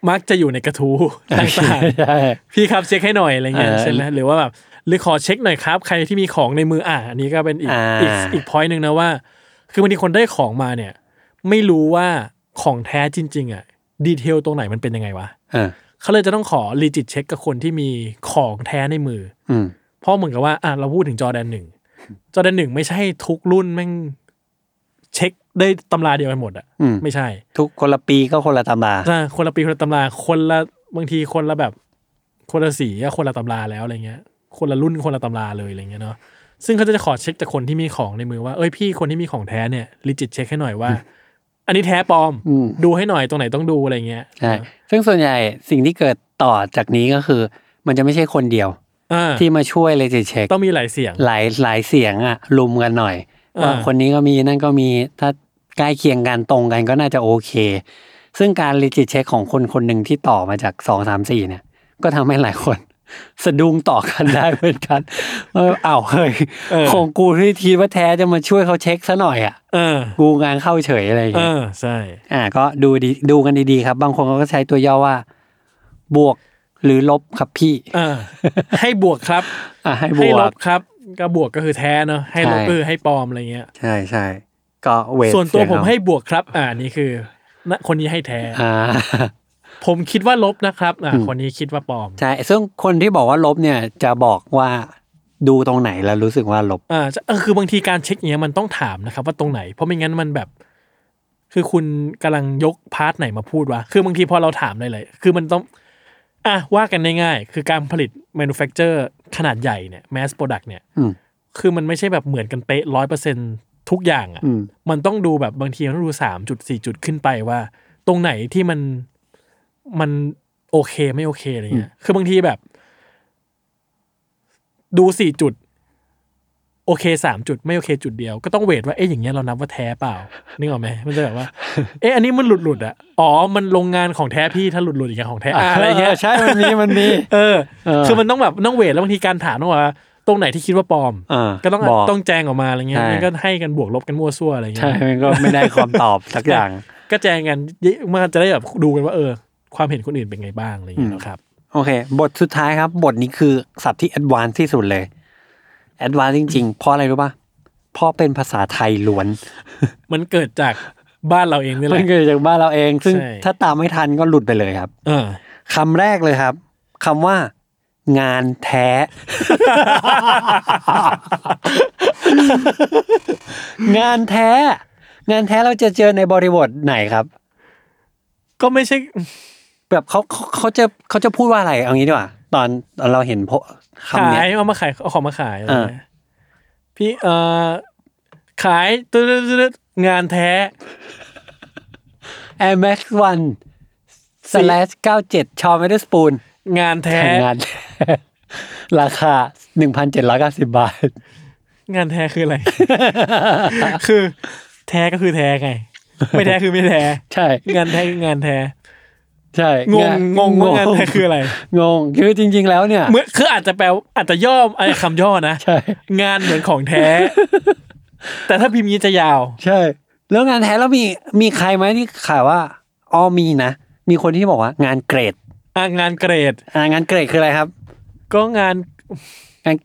มักจะอยู่ในกระทู้ต่าง ใช่ ๆพี่ครับเช็คให้หน่อยอะไรเงี้ย เออ ใช่ไหมหรือว่าแบบหรือขอเช็คหน่อยครับ ใครที่มีของในมืออ่าอันนี้ก็เป็นอีก อ่า อีกอีกพอยหนึ่งนะว่า คือบางทีคนได้ของมาเนี่ย ไม่รู้ว่าของแท้จริง ๆ อ่ะ ดีเทลตรงไหนมันเป็นยังไงวะ เออ เขาเลยจะต้องขอรีจิตเช็คกับคนที่มีของแท้ในมือ อืม เพราะเหมือนกับว่าอ่ะเราพูดถึงจอแดนหนึ่ง จอแดนหนึ่งไม่ใช่ทุกรุ่นแม่งเช็คได้ตำราเดียวกันหมดอ่ะ อืม ไม่ใช่ ทุกคนละปีก็คนละตำรา อ่ะคนละปีคนละตำราคนละบางทีคนละแบบ คนละสีอะคนละตำราแล้วอะไรเงี้ย คนละรุ่นคนละตำราเลยอะไรเงี้ยเนาะซึ่งเขาจะขอเช็คจากคนที่มีของในมือว่าเอ้ยพี่คนที่มีของแท้เนี่ยรีจิตเช็คให้หน่อยว่า อันนี้แท้ปลอม อืม ดูให้หน่อยตรงไหนต้องดูอะไรเงี้ย ใช่ ซึ่งส่วนใหญ่สิ่งที่เกิดต่อจากนี้ก็คือ มันจะไม่ใช่คนเดียว อ่า ที่มาช่วยเลยจะเช็ค ต้องมีหลายเสียง หลายหลายเสียงอะลุมกันหน่อย อ่า ว่าคนนี้ก็มีนั่นก็มีถ้าใกล้เคียงกันตรงกันก็น่าจะโอเค ซึ่งการรีจิตเช็คของคนคนหนึ่งที่ต่อมาจากสองสามสี่เนี่ย ก็ทำให้หลายคน สะดุ้งต่อกันได้เหมือน กันเอออ้าวเฮ้ย เออ ของกูที่ทีว่าแท้จะมาช่วยเขาเช็คซะหน่อยอ่ะ เออ กูงานเข้าเฉยอะไรอย่าง เอ เงี้ย อ ใช่ อ่า ก็ดูดีดูกันดีๆครับ บางคนเขาก็ใช้ตัวย่อว่า บวกหรือลบครับพี่ เออ ให้บวกครับ อ่าให้บ ให้ ว ล ก บครับ ก็บวกก็คือแท้เนอะให้ลบ ใช่ เออให้ปลอมอะไรเงี้ย ใช่ใช่ก็เวท ส่วนตัว เสียง ผม เอา ให้บวกครับ อ่านี่คือณคนนี้ให้แท้ อ่า ผมคิดว่าลบนะครับอ่าคนนี้คิดว่าปลอม ใช่ ซึ่งคนที่บอกว่าลบเนี่ยจะบอกว่าดูตรงไหนแล้วรู้สึกว่าลบ อ่าจะเออคือบางทีการเช็คเนี้ยมันต้องถามนะครับว่าตรงไหน เพราะไม่งั้นมันแบบ คือคุณกำลังยกพาร์ทไหนมาพูดวะคือบางทีพอเราถามเลยๆคือมันต้อง อ่ะว่ากันง่ายๆคือการผลิต manufacture ขนาดใหญ่เนี่ย mass product เนี่ย อืม คือมันไม่ใช่แบบเหมือนกันเป๊ะร้อยเปอร์เซ็นทุกอย่างอะ่ะ อืม มันต้องดูแบบบางทีมันต้องดูสามจุดสี่จุดขึ้นไปว่า ตรงไหนที่มันมันโอเคไม่โอเคอะไรเงี้ย คือบางทีแบบ ดูสี่จุด โอเคสามจุดไม่โอเคจุดเดียวก็ต้องเวทว่าเอ๊ะอย่างเงี้ยเรานับว่าแท้เปล่านึกออกไหมมันจะแบบว่า เอ๊ะอันนี้มันหลุดหลุดๆอ่ะอ๋อมันโรงงานของแท้พี่ถ้าหลุดหลุดอย่างเงี้ยของแท้อ่ะอะไรเงี้ย ใช่ มันมีมันมี เออ เออ คือมันต้องแบบต้องเวทแล้วบางทีการถามต้องว่า ตรงไหนที่คิดว่าปลอม เออ ก็ต้อง บอก ต้องแจงออกมาอะไรเงี้ย ใช่ มันก็ให้กันบวกลบกันมั่วซั่วอะไรเงี้ ใช่ ย มันก็ไม่ได้ความต อบสักอย่าง ก็แจงกันเยอะมันจะได้แบบดูกันว่าเออ ความเห็นคนอื่นเป็นไงบ้างอะไรอย่างเงี้ยนะครับ โอเค บทสุดท้ายครับ บทนี้คือศัพท์ที่แอดวานซ์ที่สุดเลย แอดวานซ์จริง ๆ เพราะอะไรรู้ป่ะเพราะเป็นภาษาไทยล้วน มันเกิดจากบ้านเราเองนี่แห มั ละ นเกิดจากบ้านเราเอง ซึ่ง ใช่ ถ้าตามไม่ทันก็หลุดไปเลยครับ เอ อ คำแรกเลยครับคำว่า งานแท้ งานแท้ งานแท้เราจะเจอในบริบทไหนครับ ก็ไม่ใช่ แบบเขาเขาเขาจะเขาจะพูดว่าอะไรเอางี้ดีกว่าตอนตอนเราเห็นโพคำ ขาย เนี้ย เอามาขายเอาของมาขายอะไร เออ เงี้ยพี่เออขายตึ๊ดๆๆงานแท้ Air Max 1 slash 97 ชอมเมดสปูน งานแท้ งานแท้ ราคา 1,790 บาท งานแท้คืออะไร คือ แท้ก็คือแท้ไง ไม่แท้คือไม่แท้ ใช่ งานแท้คืองานแท้ ใช่ งงงงว่างานแท้คืออะไร งงคือจริง ๆ แล้วเนี่ย เหมื่อนคืออาจจะแปลว่าอาจจะย่อมอะไรคำย่อนะ ใช่ งานเหมือนของแท้ แต่ถ้าพิมพ์นี้จะยาว ใช่ แล้วงานแท้แล้วมีมีใครไหมที่ขายว่าอ๋อมีนะ มีคนที่บอกว่างานเกรด อ่ะงานเกรด อ่างานเกรดคืออะไรครับ ก็งาน งาน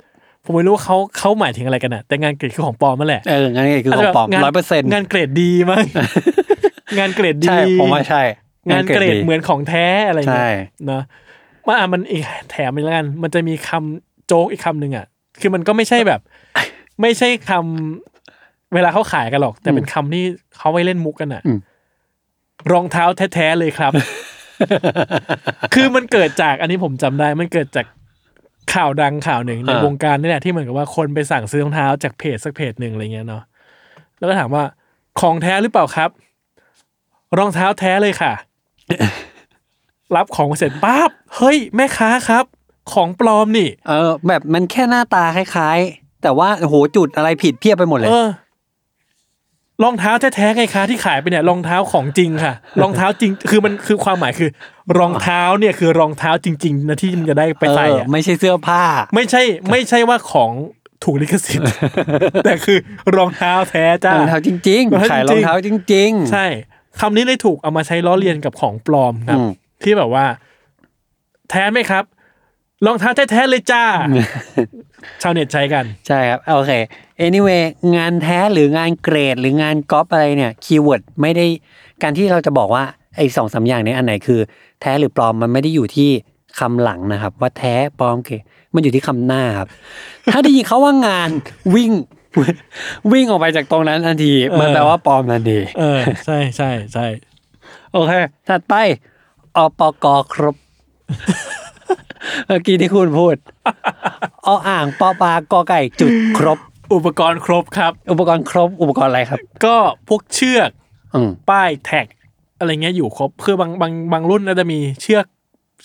ผมไม่รู้ว่าเขาเขาหมายถึงอะไรกันนะแต่งานเกรดคือของปลอมนั่นแหละ เอองานเกรดคือของปลอม าจจะแบบงา ร้อยเปอร์เซ็นต์ งานเกรดดี มั้ง งานเกรดดี ใช่ผมว่าใช่ งานเกรด ดี เหมือนของแท้อะไร ใช่ เงี้ยเนาะมาอ่ะมันอีกแถมอีกแล้วกัน มันจะมีคำโจ๊กอีกคำหนึ่งอ่ะ คือมันก็ไม่ใช่แบบ ไม่ใช่คำเวลาเขาขายกันหรอก แต่เป็นคำที่เขาไว้เล่นมุกกันอ่ะ รองเท้าแท้ๆเลย ครับ คือมันเกิดจากอันนี้ผมจำได้มันเกิดจากข่าวดังข่าวหนึ่งใน อ่า วงการนี่แหละที่เหมือนกับว่าคนไปสั่งซื้อรองเท้าจากเพจสักเพจหนึ่งอะไรเงี้ยเนาะแล้วก็ถามว่าของแท้หรือเปล่าครับ รองเท้าแท้เลย ค่ะ รับของเสร็จปั๊บเฮ้ยแม่ค้าครับ ของปลอมนี่ เออแบบมันแค่หน้าตาคล้ายๆ แต่ว่าโอ้โหจุดอะไรผิดเพี้ยบไปหมดเลย เออรองเท้าแท้ๆไงคะที่ขายไปเนี่ยรองเท้าของจริงค่ะ รองเท้าจริง คือมันคือความหมายคือ รองเท้าเนี่ยคือรองเท้าจริงๆนะที่มันจะได้ไปใส่ เออ อะ ไม่ใช่เสื้อผ้า ไม่ใช่ ไม่ใช่ว่าของถูกลิขสิ ทธิ์ แต่คือรองเท้าแท้จ้า รองเท้าจริง รอง ๆ เท้าจริงๆ ขายรองเท้าจริง ใช่คำนี้เลยถูกเอามาใช้ล้อเลียนกับของปลอมครับ อืม ที่แบบว่า แท้ไหมครับรองเท้าแท้ๆเลยจ้า ชาวเน็ตใช้กัน ๆ ใช่ครับ โอเค anyway งานแท้หรืองานเกรดหรืองานก๊อปอะไรเนี่ยคีย์เวิร์ดไม่ได้การที่เราจะบอกว่าไอ้สองสามอย่างเนี้อันไหนคือ แท้หรือปลอมมันไม่ได้อยู่ที่คำหลังนะครับ ว่าแท้ปลอมเกรดมันอยู่ที่คำหน้าครับ ถ้าได้ยินเขาว่างานวิ่ง วิ่งออกไปจากตรงนั้นทันทีมันแปลว่าปลอมทันที เออ ใช่ใช่ใช่ โอเค ถัดไป อปกครบ เมื่อกี้ที่คุณพูด ออ่างปอปลากอไก่จุดครบ อุปกรณ์ครบครับ อุปกรณ์ครบ อุปกรณ์อะไรครับ ก็พวกเชือก อืม ป้ายแท็ก อะไรเงี้ยอยู่ครบ คือบางบางบางรุ่นน่าจะมีเชือก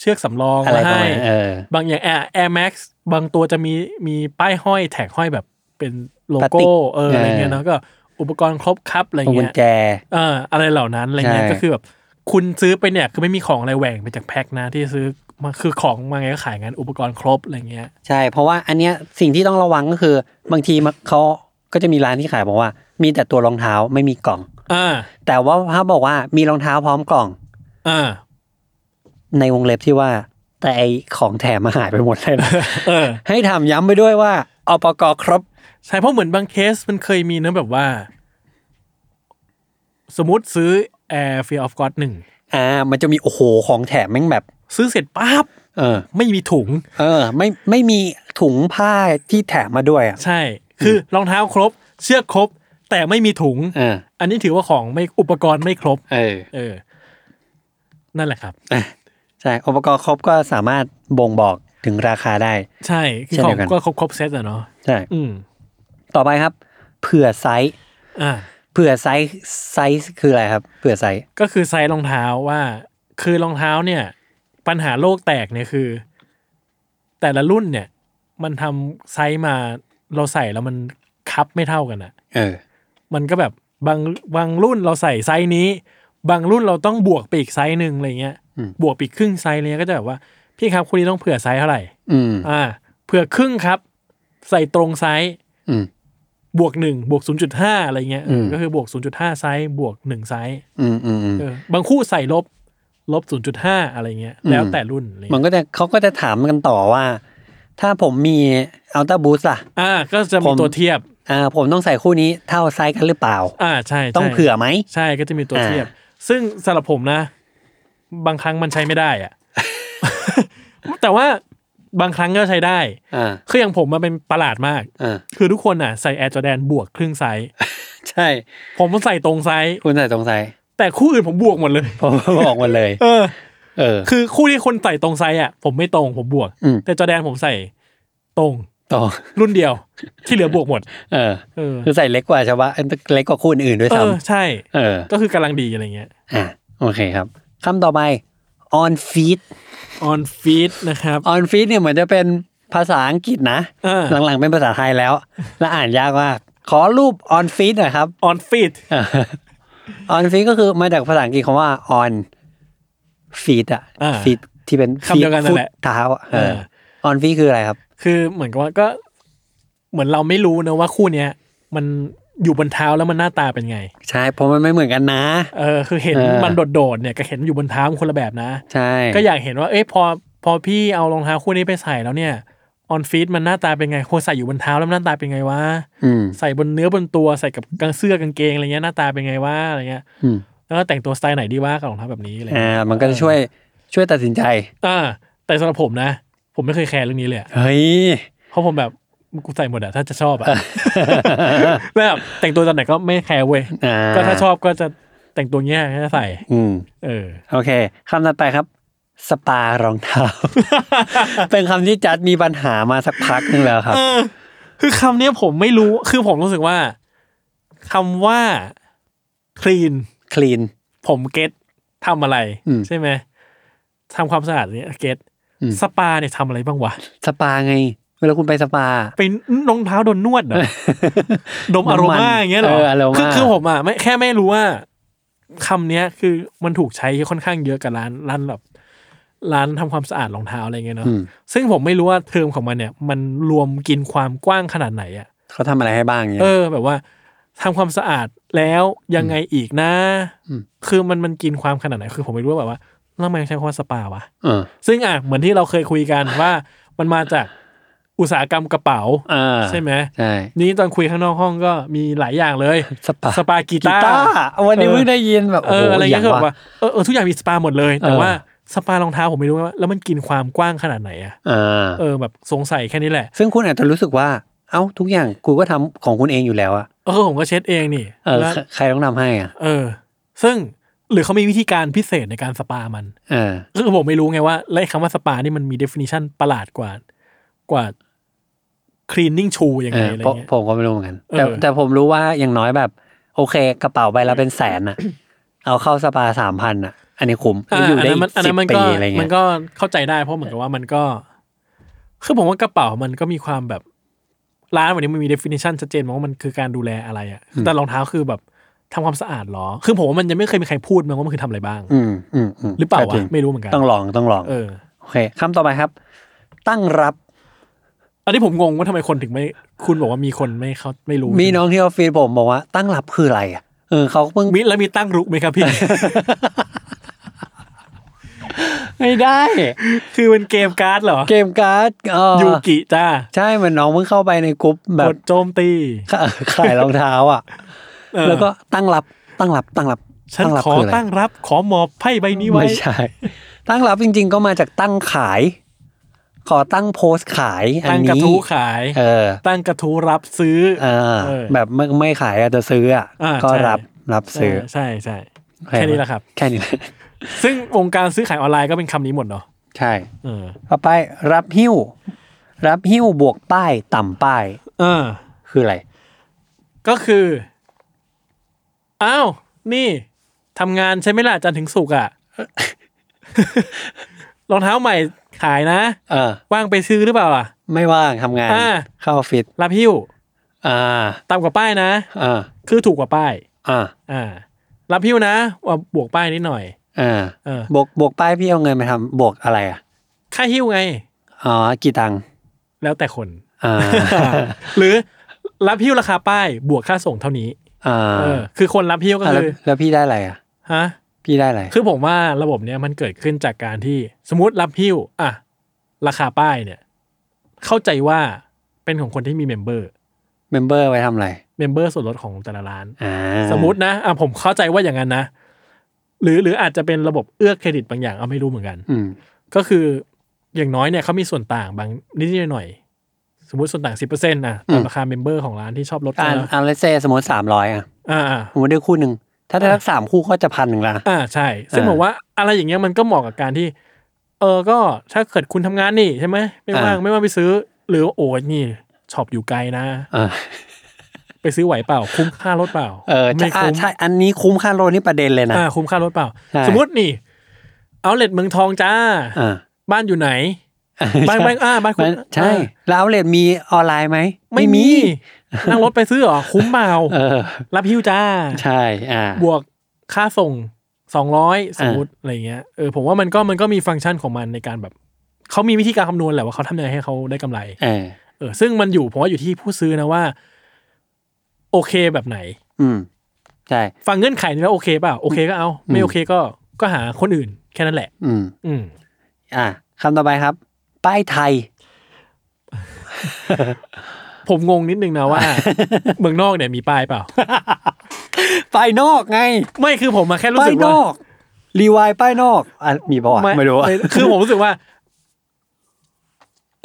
เชือกสำรอง อะไรประมาให้ มาณนั้นเออ บางอย่างแอร์แอร์แม็กบางตัวจะมีมีป้ายห้อยแท็กห้อยแบบ เป็นโล พลาสติ โก้ ก เอออะไร เออ เงี้ยเนาะก็อุปกรณ์ครบครับอะไร พวงกุ เงี้ ญ ย แจ เอออะไรเหล่านั้นอะไรเงี้ย ใช่ ก็คือแบบคุณซื้อไปเนี่ยคือไม่มีของอะไรแหว่งไปจากแพ็คนะที่ซื้อมาคือของมาไงก็ขายงานอุปกรณ์ครบอะไรเงี้ย ใช่ เพราะว่าอันเนี้ยสิ่งที่ต้องระวังก็คือบางทีมันเขาก็จะมีร้านที่ขายบอกว่า มีแต่ตัวรองเท้าไม่มีกล่อง อ่า แต่ว่าถ้าบอกว่ามีรองเท้าพร้อมกล่อง อ่า ในวงเล็บที่ว่า แต่ไอของแถมมาหายไปหมดเลย นะ เออ ให้ทำย้ำไปด้วยว่าอปกครบ ใช่เพราะเหมือนบางเคสมันเคยมีนะแบบว่า สมมติซื้อ Air Fear of God หนึ่ง อ่า มันจะมีโอ้โหของแถมแม่งแบบ ซื้อเสร็จปั๊บ เออ ไม่มีถุง เออ ไม่ไม่มีถุงผ้าที่แถมมาด้วยอ่ะ ใช่ คือรองเท้าครบ เชือกครบ แต่ไม่มีถุง เออ อันนี้ถือว่าของไม่อุปกรณ์ไม่ครบ เออ เออ นั่นแหละครับ ใช่อุปกรณ์ครบก็สามารถบ่งบอกถึงราคาได้ ใช่คือ เช่น ขอ เดียวงกัน ก็ครบครบเซตอะเนาะ ใช่ อืม ต่อไปครับ เผื่อไซส์ อ่า เผื่อไซส์ไซส์คืออะไรครับ เผื่อไซส์ ก็คือไซส์รองเท้าว่า คือรองเท้าเนี่ย ปัญหาโลกแตกเนี่ยคือ แต่ละรุ่นเนี่ย มันทำไซส์มาเราใส่แล้วมันคับไม่เท่ากันอะ เออ มันก็แบบบางบางรุ่นเราใส่ไซส์นี้ บางรุ่นเราต้องบวกไปอีกไซส์หนึ่งอะไรเงี้ย อืม บวกไปอีกครึ่งไซส์อะไรเงี้ยก็จะแบบว่า พี่ครับคุณนี้ต้องเผื่อไซส์เท่าไหร่ อืม อ่า เผื่อครึ่งครับ ใส่ตรงไซส์ อืม บวกหนึ่งบวกศูนย์จุดห้าอะไรเงี้ยเออ ม ก็คือบวกศูนย์จุดห้าไซส์บวกหนึ่งไซส์ อืมอืมอืม เออบางคู่ใส่ลบ ลบ 0.5 อะไรเงี้ย อืม แล้วแต่รุ่นอะไร มัน เงี้ย ก็จะเขาก็จะถามกันต่อว่า ถ้าผมมีอัลต้าบูสล่ะ อ่า ก็จะมี ผม ตัวเทียบ อ่า ผมต้องใส่คู่นี้เท่าไซส์กันหรือเปล่า อ่า ใช่ใช่ ต้องเผื่อไหม ใช่ก็จะมีตัว อ่า เทียบ ซึ่งสำหรับผมนะ บางครั้งมันใช้ไม่ได้อะ แต่ว่าบางครั้งก็ใช้ได้ อ่า คืออย่างผมมันเป็นประหลาดมาก อ่า คือทุกคนอ่ะ ใส่แอร์จอแดนบวกครึ่งไซส์ ใช่ ผมมันใส่ตรงไซส์ คุณใส่ตรงไซส์ แต่คู่อื่นผมบวกหมดเลย ผมบอกหมดเลย เออ เออ คือคู่ที่คนใส่ตรงไซส์อ่ะ ผมไม่ตรงผมบวก อืม แต่จอแดนผมใส่ตรง ต่อ รุ่นเดียว ที่เหลือบวกหมด เออ เออ คือใส่เล็กกว่าชาวบ้านเล็กกว่าคู่อื่นๆด้วย เออ ซ้ำ ใช่ เออ ก็คือกำลังดีอะไรเงี้ย อ่ะ โอเคครับ คำต่อไป on feed on feed นะครับ on feed เนี่ยเหมือนจะเป็นภาษาอังกฤษนะ เออ หลังๆเป็นภาษาไทยแล้ว และอ่านยากมาก ขอรูป on feed หน่อยครับ on feed on feed ก็คือมาจากภาษาอังกฤษคำว่า on feed อะ อ่า feed ที่เป็น คำเดียวกันนั่นแหละ feet เท้าอะเออ เออ on feed คืออะไรครับ คือเหมือนกับว่าก็เหมือนเราไม่รู้นะว่าคู่เนี้ยมันอยู่บนเท้าแล้วมันหน้าตาเป็นไง ใช่ เพราะมันไม่เหมือนกันนะ เออคือเห็น เออ มันโดดๆเนี่ยก็เห็นอยู่บนเท้ามันคนละแบบนะ ใช่ ก็อยากเห็นว่า เอ้ยพอพอพี่เอารองเท้าคู่นี้ไปใส่แล้วเนี่ย on feed มันหน้าตาเป็นไงคนใส่อยู่บนเท้าแล้วมันหน้าตาเป็นไงวะ อืม ใส่บนเนื้อบนตัวใส่กับกางเสื้อกางเกงอะไรเงี้ยหน้าตาเป็นไงวะอะไรเงี้ย อืม แล้วก็แต่งตัวสไตล์ไหนดีวะกับรองเท้าแบบนี้อะไรเงี้ย อ่า มันก็จะช่วยช่วยตัดสินใจ อ่าแต่สำหรับผมนะ ผมไม่เคยแคร์เรื่องนี้เลยอะ เฮ้ย เพราะผมแบบกูใส่หมดอะถ้าจะช อบอะ แบบแต่งตัวตอนไหนก็ไม่แคร์เว้ย อ่ ก็ถ้าชอบก็จะแต่งตัวเงี้ยก็จะใส่ อืม เออ โอเคคำต่อไปครับ สปารองเท้า เป็นคำที่จัดมีปัญหามาสักพักหนึงแล้วครับ เออ คือคำเนี้ยผมไม่รู้คือผมรู้สึกว่าคำว่า clean คลีน ผมเก็ตทำอะไร อืม ใช่ไหมทำความสะอาดเนี่ยเก็ต อืม สปาเนี่ยทำอะไรบ้างวะ สปาไง เวลาคุณไปสปา ไปรองเท้าโดนนวดเห รอ ดมอาร น้ำมัน มาอย่างเงี้ยเหรอ เอออโรมา คือคือผมอ่ะไม่แค่ไม่รู้ว่าคำเนี้ยคือมันถูกใช้ค่อนข้างเยอะกับร้านร้านแบบร้านทำความสะอาดรองเท้าอะไรเงี้ยเนาะ อืม ซึ่งผมไม่รู้ว่าเทอมของมันเนี่ย มันรวมกินความกว้างขนาดไหนอ่ะ เขาทำอะไรให้บ้างเนี่ย เออ แบบว่าทำความสะอาดแล้วยังไงอีกนะ อืม คือมันมันกินความขนาดไหน คือผมไม่รู้ว่าแบบว่าแล้วทำไมใช้คำว่าสปาวะ เออ ซึ่งอ่ะเหมือนที่เราเคยคุยกันว่า มันมาจากอุตสาหกรรมกระเป๋า เออ ใช่ไหม ใช่ นี่ตอนคุยข้างนอกห้องก็มีหลายอย่างเลย สปา สปากี กีตาร์วันนี้เพิ่งได้ยินแบบ เอ โอ้โห ออะไร อ เงี้ ย่าย ง คือแบบ ว่า ว่าเออเออทุกอย่างมีสปาหมดเลย แต่ เออ ว่าสปารองเท้าผมไม่รู้ว่า แล้วมันกินความกว้างขนาดไหนอะ เออ เออแบบสงสัยแค่นี้แหละ ซึ่งคุณอาจจะรู้สึกว่า เอ้าทุกอย่างกูก็ทำของคุณเองอยู่แล้วอะ เออผมก็เช็ดเองนี่ เออ แล้ว ใครใครต้องทำให้อ่ะ เออ ซึ่งหรือเขามีวิธีการพิเศษในการสปามัน เออ คือผมไม่รู้ไงว่าและไอ้คำว่าสปานี่มันมี definition ประหลาดกว่า กว่า cleaning shoe ยัง เอ ไง อ อะไร ผม เงี้ย ผมก็ไม่รู้เหมือนกัน แต่ เออ แต่ผมรู้ว่าอย่างน้อยแบบ โอเค กระเป๋าใบละเป็นแสนอะเอาเข้าสปาสามพันอะอันนี้คุ้มแล้วอยู่ได้ นนั้นมันอัน สิ นั้ บ นมัน ปี ก็ อะไร มั เงี้ น ย ก็เข้าใจได้เพราะเหมือนกับว่ามันก็ คือผมว่ากระเป๋ามันก็มีความแบบ ร้านวันนี้มันมี definition ชัดเจนมาว่ามันคือการดูแลอะไรอะแต่รองเท้าคือแบบทำความสะอาดเหรอ คือผมว่ามันยังไม่เคยมีใครพูดมาว่ามันคือทำอะไรบ้าง อืมอืมอืม หรือเปล่า ก็จง วะไม่รู้เหมือนกัน ต้องลองต้องลอง เออ โอเคคำต่อไปครับ ตั้งรับ อันนี้ผมงงว่าทำไมคนถึงไม่คุณบอกว่ามีคนไม่เขาไม่รู้ มีน้องที่ออฟฟิศผมบอกว่า ตั้งรับคืออะไรอ่ะเออเขาเพิ่ง มีแล้วมีตั้งรู้ไหมครับพี่ ไม่ได้ คือเป็นเกมการ์ดเหรอ เกมการ์ดเอ่อ ยูกิจ้า ใช่เหมือนน้องเพิ่งเข้าไปในกลุ่มแบ ก บ ดโจมตี ขายขายรองเท้าอ่ะ เออ แล้วก็ตั้งรับตั้งรับตั้งรับ ฉัน รับ ขอ คืะไร ตั้งรับ ขอหมอบไพ่ใบนี้ไว้ ไม่ใช่ ตั้งรับจริง ๆ ก็มาจากตั้งขาย ขอตั้งโพสต์ขายอัน ตั้ง นี้ กระทู้ขาย เออ ตั้งกระทู้รับซื้อ เออ เออ แบบไม่ไม่ขายอาจจะซื้ออ่ะ อ่า ก็ ใช่ รับรับซื้อ เใช่ใช่ แค่นี้แหละครับ แค่นี้แหละ ซึ่งวงการซื้อขายออนไลน์ก็เป็นคำนี้หมดเนาะ ใช่ เออ ต่อไปรับหิ้ว รับหิ้วบวกป้ายต่ำป้าย เออ คืออะไร ก็คืออ้าวนี่ทำงานใช่ไหมล่ะจันทร์ถึงสุกร์อะ รองเท้าใหม่ขายนะ เออ ว่างไปซื้อหรือเปล่าอ่ะ ไม่ว่างทำงาน อ่า เข้าออฟฟิต รับหิ้ว อ่า ต่ำกว่าป้ายนะ อ่า คือถูกกว่าป้าย อ่า อ่า รับหิ้วนะว่าบวกป้ายนิดหน่อย อ่า เออ บวกบวกป้ายพี่เอาเงินมาทำบวกอะไรอ่ะ ค่าหิ้วไง อ๋อกี่ตังค์ แล้วแต่คน อ่า หรือรับหิ้วราคาป้ายบวกค่าส่งเท่านี้ อ่า เออ คือคนรับหิ้วก็ อ่ะแล้ว คือ แล้วพี่ได้อะไรอ่ะ ฮะ พี่ได้อะไร คือผมว่าระบบเนี้ยมันเกิดขึ้นจากการที่สมมติรับหิ้วอ่ะราคาป้ายเนี่ย เข้าใจว่าเป็นของคนที่มีเมมเบอร์ เมมเบอร์ไว้ทำอะไร เมมเบอร์ส่วนลดของแต่ละร้าน อ่า สมมตินะอ่ะผมเข้าใจว่าอย่างนั้นนะ หรือหรืออาจจะเป็นระบบเอื้อเครดิตบางอย่างเอาไม่รู้เหมือนกัน อืม ก็คืออย่างน้อยเนี่ยเขามีส่วนต่างบางนิดๆหน่อยๆสมมติส่วนต่างสิบเปอร์เซ็นต์นะตาม อืม ราคาเมมเบอร์ของร้านที่ชอบลด อ่า กันนะ อ่าเลเซสมมติสามร้อยอ่ะ อ่าอ่า สมมติได้คู่หนึ่งถ้าได้ทักสามคู่ก็จะพันหนึ่งละ อ่าใช่ ซึ่ง อ่า ผมว่าอะไรอย่างเงี้ยมันก็เหมาะกับการที่ เออก็ถ้าเกิดคุณทำงานนี่ใช่ไหมไม่ว่าง อ่า ไม่ว่างไปซื้อ หรือโอ้ยนี่ช็อปอยู่ไกลนะ อ่า ไปซื้อไหวเปล่า คุ้มค่ารถเปล่า เออใช่ ไม่ อ่า คุ้ม ใช่อันนี้คุ้มค่าโลนี่ประเด็นเลยนะ อ่าคุ้มค่ารถเปล่า ใช่ สมมตินี่เอาเลดเมืองทองจ้า อ่า บ้านอยู่ไหน บ้านบ้านอ่าบ้านคุณ มันใช่ อ่า แล้วเอาเลทมีออนไลน์ไหม ไม่มี นั่งรถไปซื้อเหรอ คุ้มเปล่า เออ รับหิ้วจ้า ใช่อ่า บวกค่าส่งสองร้อยสม อ่า มติอะไรเงี้ยเออผมว่ามันก็มันก็มีฟังก์ชันของมันในการแบบ เขามีวิธีการคำนวณแหละว่าเขาทำยังไงให้เขาได้กำไร เออ เออ ซึ่งมันอยู่ผมว่าอยู่ที่ผู้ซื้อนะว่า โอเคแบบไหน อืมใช่ ฟังเงื่อนไขนี้แล้วโอเคเปล่าโอเคก็เอา ไม่โอเคก็ก็หาคนอื่นแค่นั้นแหละ อืม อืม อ่าคำต่อไปครับ ป้ายไทย ผมงงนิดนึง นะว่า เมืองนอกเนี่ยมีป้ายเปล่า ป้ายนอกไง ไม่คือผมมาแค่รู้ ป้า สึ ย ก น ว่า อก รีวายป้ายนอกอ่ะมีป่าวะไม่รู้อะ คือผมรู้สึกว่า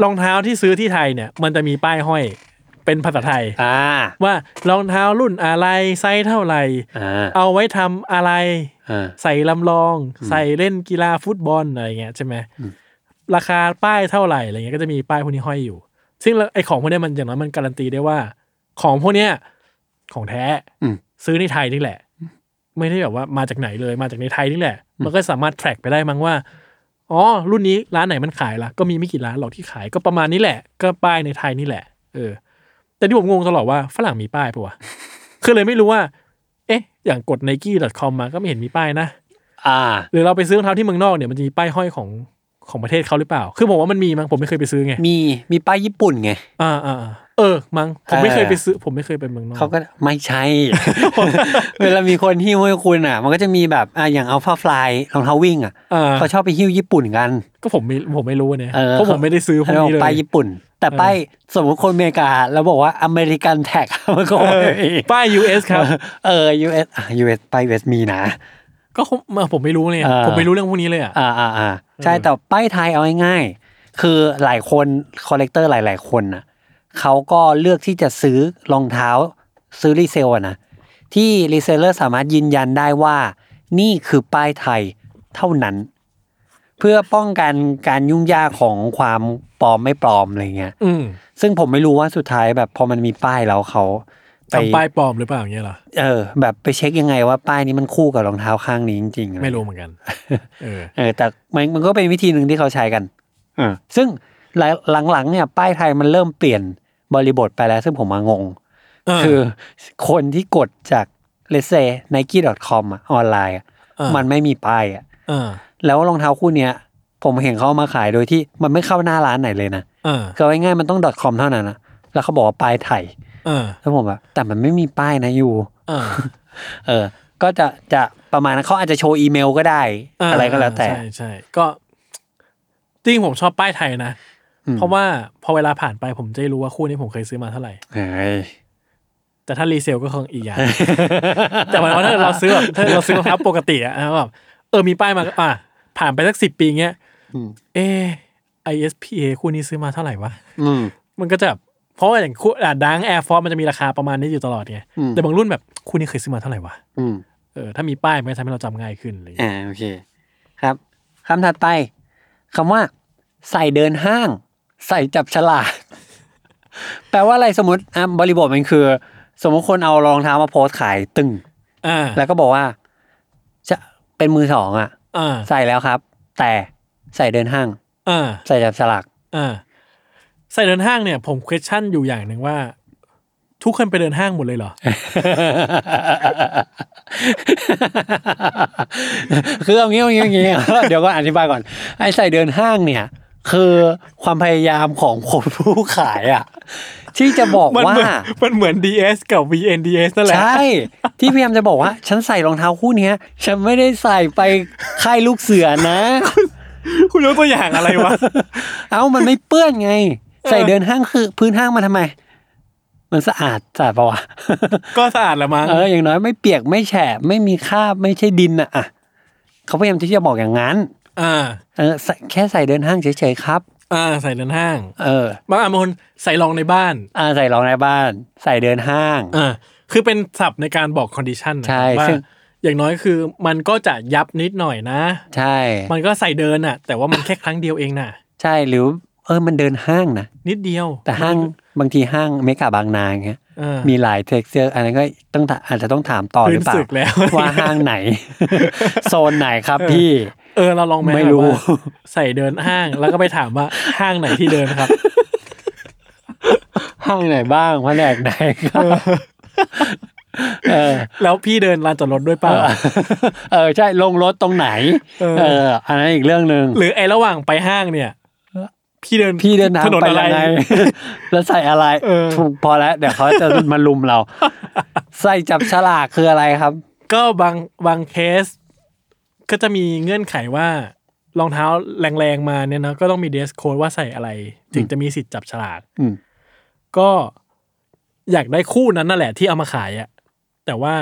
รองเท้าที่ซื้อที่ไทยเนี่ย มันจะมีป้ายห้อยเป็นภาษาไทย อ่า ว่ารองเท้ารุ่นอะไรไซส์เท่าไหร่ อ่า เอาไว้ทำอะไร อ่า ใส่ลำลอง ใส่เล่นกีฬาฟุตบอลอะไรเงี้ยใช่ไหมราคาป้ายเท่าไหร่อะไรเงี้ยก็จะมีป้ายพวกนี้ห้อยอยู่ ซึ่งไอของพวกเนี้ยมันอย่างน้อยมันการันตีได้ว่า ของพวกเนี้ยของแท้ อืม ซื้อในไทยนี่แหละ ไม่ได้แบบว่ามาจากไหนเลยมาจากในไทยนี่แหละ มันก็สามารถแทร็กไปได้มั้งว่าอ๋อรุ่นนี้ร้านไหนมันขายละก็มีไม่กี่ร้านหรอกที่ขายก็ประมาณนี้แหละ ก็ป้ายในไทยนี่แหละ เออ แต่ที่ผมงงตลอดว่าฝรั่งมีป้ายปะวะ คือเลยไม่รู้ว่า เอ๊ะ อย่างกด nike.com มาก็ไม่เห็นมีป้ายนะ อ่า หรือเราไปซื้อรองเท้าที่เมืองนอกเนี่ยมันจะมีป้ายห้อยของของประเทศเขาหรือเปล่า คือผมว่ามันมีมั้งผมไม่เคยไปซื้อไง มีมีป้ายญี่ปุ่นไง อ่าอ่าอ่าเออ มั้งผมไม่ เออ เคยไปซื้อ ผมไม่เคยไปเมืองนอก เขาก็ไม่ใช่ เวลามีคนหิ้วให้คุณอ่ะ มันก็จะมีแบบอ่ะอย่างเอาผ้าฟลายรองเท้าวิ่งอ่ะ อ่า เขาชอบไปหิ้วญี่ปุ่นกัน ก็ผมไม่ผมไม่รู้เนี่ย เออ เพราะผมไม่ได้ซื้อพวกนี้เล ขาบป้าย ย ญี่ปุ่น แต่ป้ายสมมติคนอเมริกา แล้วบอกว่าอเมริกันแท็ก มันก็ไม่มี ป้าย US ครับ เออ US อ่ะ US ป้าย US มีนะ ก็คงมาผมไม่รู้เลย เออ ผมไม่รู้เรื่องพวกนี้เลยอ่ะ อ่าอ่าอ่าใช่ เออ แต่ป้ายไทยเอาง่ายๆคือหลายคนคอลเลกเตอร์หลายๆคนนะเขาก็เลือกที่จะซื้อรองเท้าซื้อรีเซลอะนะที่รีเซลเลอร์สามารถยืนยันได้ว่า นี่คือป้ายไทยเท่านั้น เพื่อป้องกันการยุ่งยากของความปลอมไม่ปลอมอะไรเงี้ย อืม ซึ่งผมไม่รู้ว่าสุดท้ายแบบพอมันมีป้ายแล้วเขาไป ทำป้ายปลอมหรือเปล่าอย่างเงี้ยเหรอ เออ แบบไปเช็คยังไงว่าป้ายนี้มันคู่กับรองเท้าข้างนี้จริงๆอะ ไม่รู้เหมือนกันเออ เออแต่มันมันก็เป็นวิธีหนึ่งที่เขาใช้กันซึ่งหลังหลังๆเนี่ย ป้ายไทยมันเริ่มเปลี่ยน บริบทไปแล้วซึ่งผมมางง เ คือคนที่กดจากเลเซ nike.com อะออนไลน์อะ เออ มันไม่มีป้ายอะ เออ แล้วรองเท้าคู่เนี้ย ผมเห็นเขาเอามาขายโดยที่มันไม่เข้าหน้าร้านไหนเลยนะ เออ คือเอาง่ายๆมันต้อง .com เท่านั้นนะแล้วเขาบอกว่าป้ายไทย เออ แล้วผมแบบแต่มันไม่มีป้ายนะอยู่ เออ เออ ก็จะจะประมาณนั้นเขาอาจจะโชว์อีเมลก็ได้ า อะไรก็แล้วแต่ ใช่ใช่ก็จริงผมชอบป้ายไทยนะ อืม เพราะว่าพอเวลาผ่านไปผมจะได้รู้ว่าคู่นี้ผมเคยซื้อมาเท่าไหร่ เฮ้ย แต่ถ้ารีเซลก็คงอีกอย่าง แต่หมายความว่าถ้าเราซื้อแบบถ้าเราซื้อรองเท้าปกติอะแล้วแบบเออมีป้ายมาก็อ่ะผ่านไปสักสิบปีเงี้ย อืม เอ ISPA คู่นี้ซื้อมาเท่าไหร่วะ อืม มันก็จะแบบเพราะว่าอย่างคู่ดังแอร์ฟอร์มันจะมีราคาประมาณนี้อยู่ตลอดไง อืม แต่บางรุ่นแบบคู่นี้เคยซื้อมาเท่าไหร่วะ อืม เออถ้ามีป้ายมันก็ทำให้เราจำง่ายขึ้นอะไรอย่างเลย อ่าโอเค ครับคำถัดไปคำว่า ใส่เดินห้าง ใส่จับฉลาก แปลว่าอะไรสมมติอ่ะบริบทมันคือ สมมติคนเอารองเท้ามาโพสต์ขายตึง อ่า แล้วก็บอกว่า จะเป็นมือสองอ่ะ อ่า ใส่แล้วครับ แต่ใส่เดินห้าง อ่า ใส่จับฉลาก อ่าใส่เดินห้างเนี่ยผม question อยู่อย่างหนึ่งว่า ทุกคนไปเดินห้างหมดเลยเหรอ คือเอางี้เอางี้เอา งี้ เดี๋ยวก็อธิบายก่อน ไอ้ใส่เดินห้างเนี่ย คือความพยายามของคนผู้ขายอ่ะ ที่จะบอก มัน ว่า เหมือน มันเหมือน DS กับ VNDS นั่นแหละ ใช่ ที่พยายามจะบอกว่า ฉันใส่รองเท้าคู่เนี้ย ฉันไม่ได้ใส่ไปค่ายลูกเสือนะ คุณยกตัวอย่างอะไรวะ เอ้ามันไม่เปื้อนไง ใส่เดินห้างคือ พื้นห้างมันทำไม มันสะอาดสะอาดปะวะ ก็สะอาดละมั้ง เอออย่างน้อยไม่เปียกไม่แฉะไม่มีคราบไม่ใช่ดินอะอ่ะเขาพยายามที่จะบอกอย่างนั้น อ่า เออใส่แค่ใส่เดินห้างเฉยๆครับ อ่าใส่เดินห้าง เออบ างอ่ะบางคนใส่รองในบ้าน อ่าใส่รองในบ้าน ใส่เดินห้าง อ่าคือเป็นศัพท์ในการบอก condition นะ ใช่ ว่า ซึ่ง อย่างน้อยคือมันก็จะยับนิดหน่อยนะ ใช่ มันก็ใส่เดินน่ะ แต่ว่ามันแค่ครั้งเดียวเองน่ะ ใช่หรือเออมันเดินห้างนะ นิดเดียว แต่ห้างบางทีห้างเมกาบางนาอย่างเงี้ย เออ มีหลายเท็กเจอร์อันนั้นก็ต้องถาอาจจะต้องถามต่อหรือเปล่า พื้นศึกแล้ว ว่าห้าง ไหน โซนไหนครับพี่ เออเราลองแม ไม่ แบบ รู้ ว่าใส่เดินห้างแล้วก็ไปถามว่าห้างไหนที่เดินครับ ห้างไหนบ้างแผนกไหนครับเออ แล้วพี่เดินลานจอดรถด้วยเปล่า เออ เออใช่ลงรถตรงไหน เออ เออ อันนั้นอีกเรื่องหนึ่ง หรือไอ้ระหว่างไปห้างเนี่ย พี่เดิน พี่เดินทาง ถนน ไป อะไร ยังไง แล้วใส่อะไร เออ ถูกพอแล้ว เดี๋ยวเขาจะมาลุม เรา ใส่จับฉลากคืออะไรครับ ก็บางบางเคส ก็จะมีเงื่อนไขว่ารองเท้าแรงๆมาเนี่ยนะก็ต้องมีเดสโค้ดว่าใส่อะไร ถึงจะมีสิทธิ์จับฉลาก อืม ก็อยากได้คู่นั้นนั่นแหละที่เอามาขายอะแต่ว่า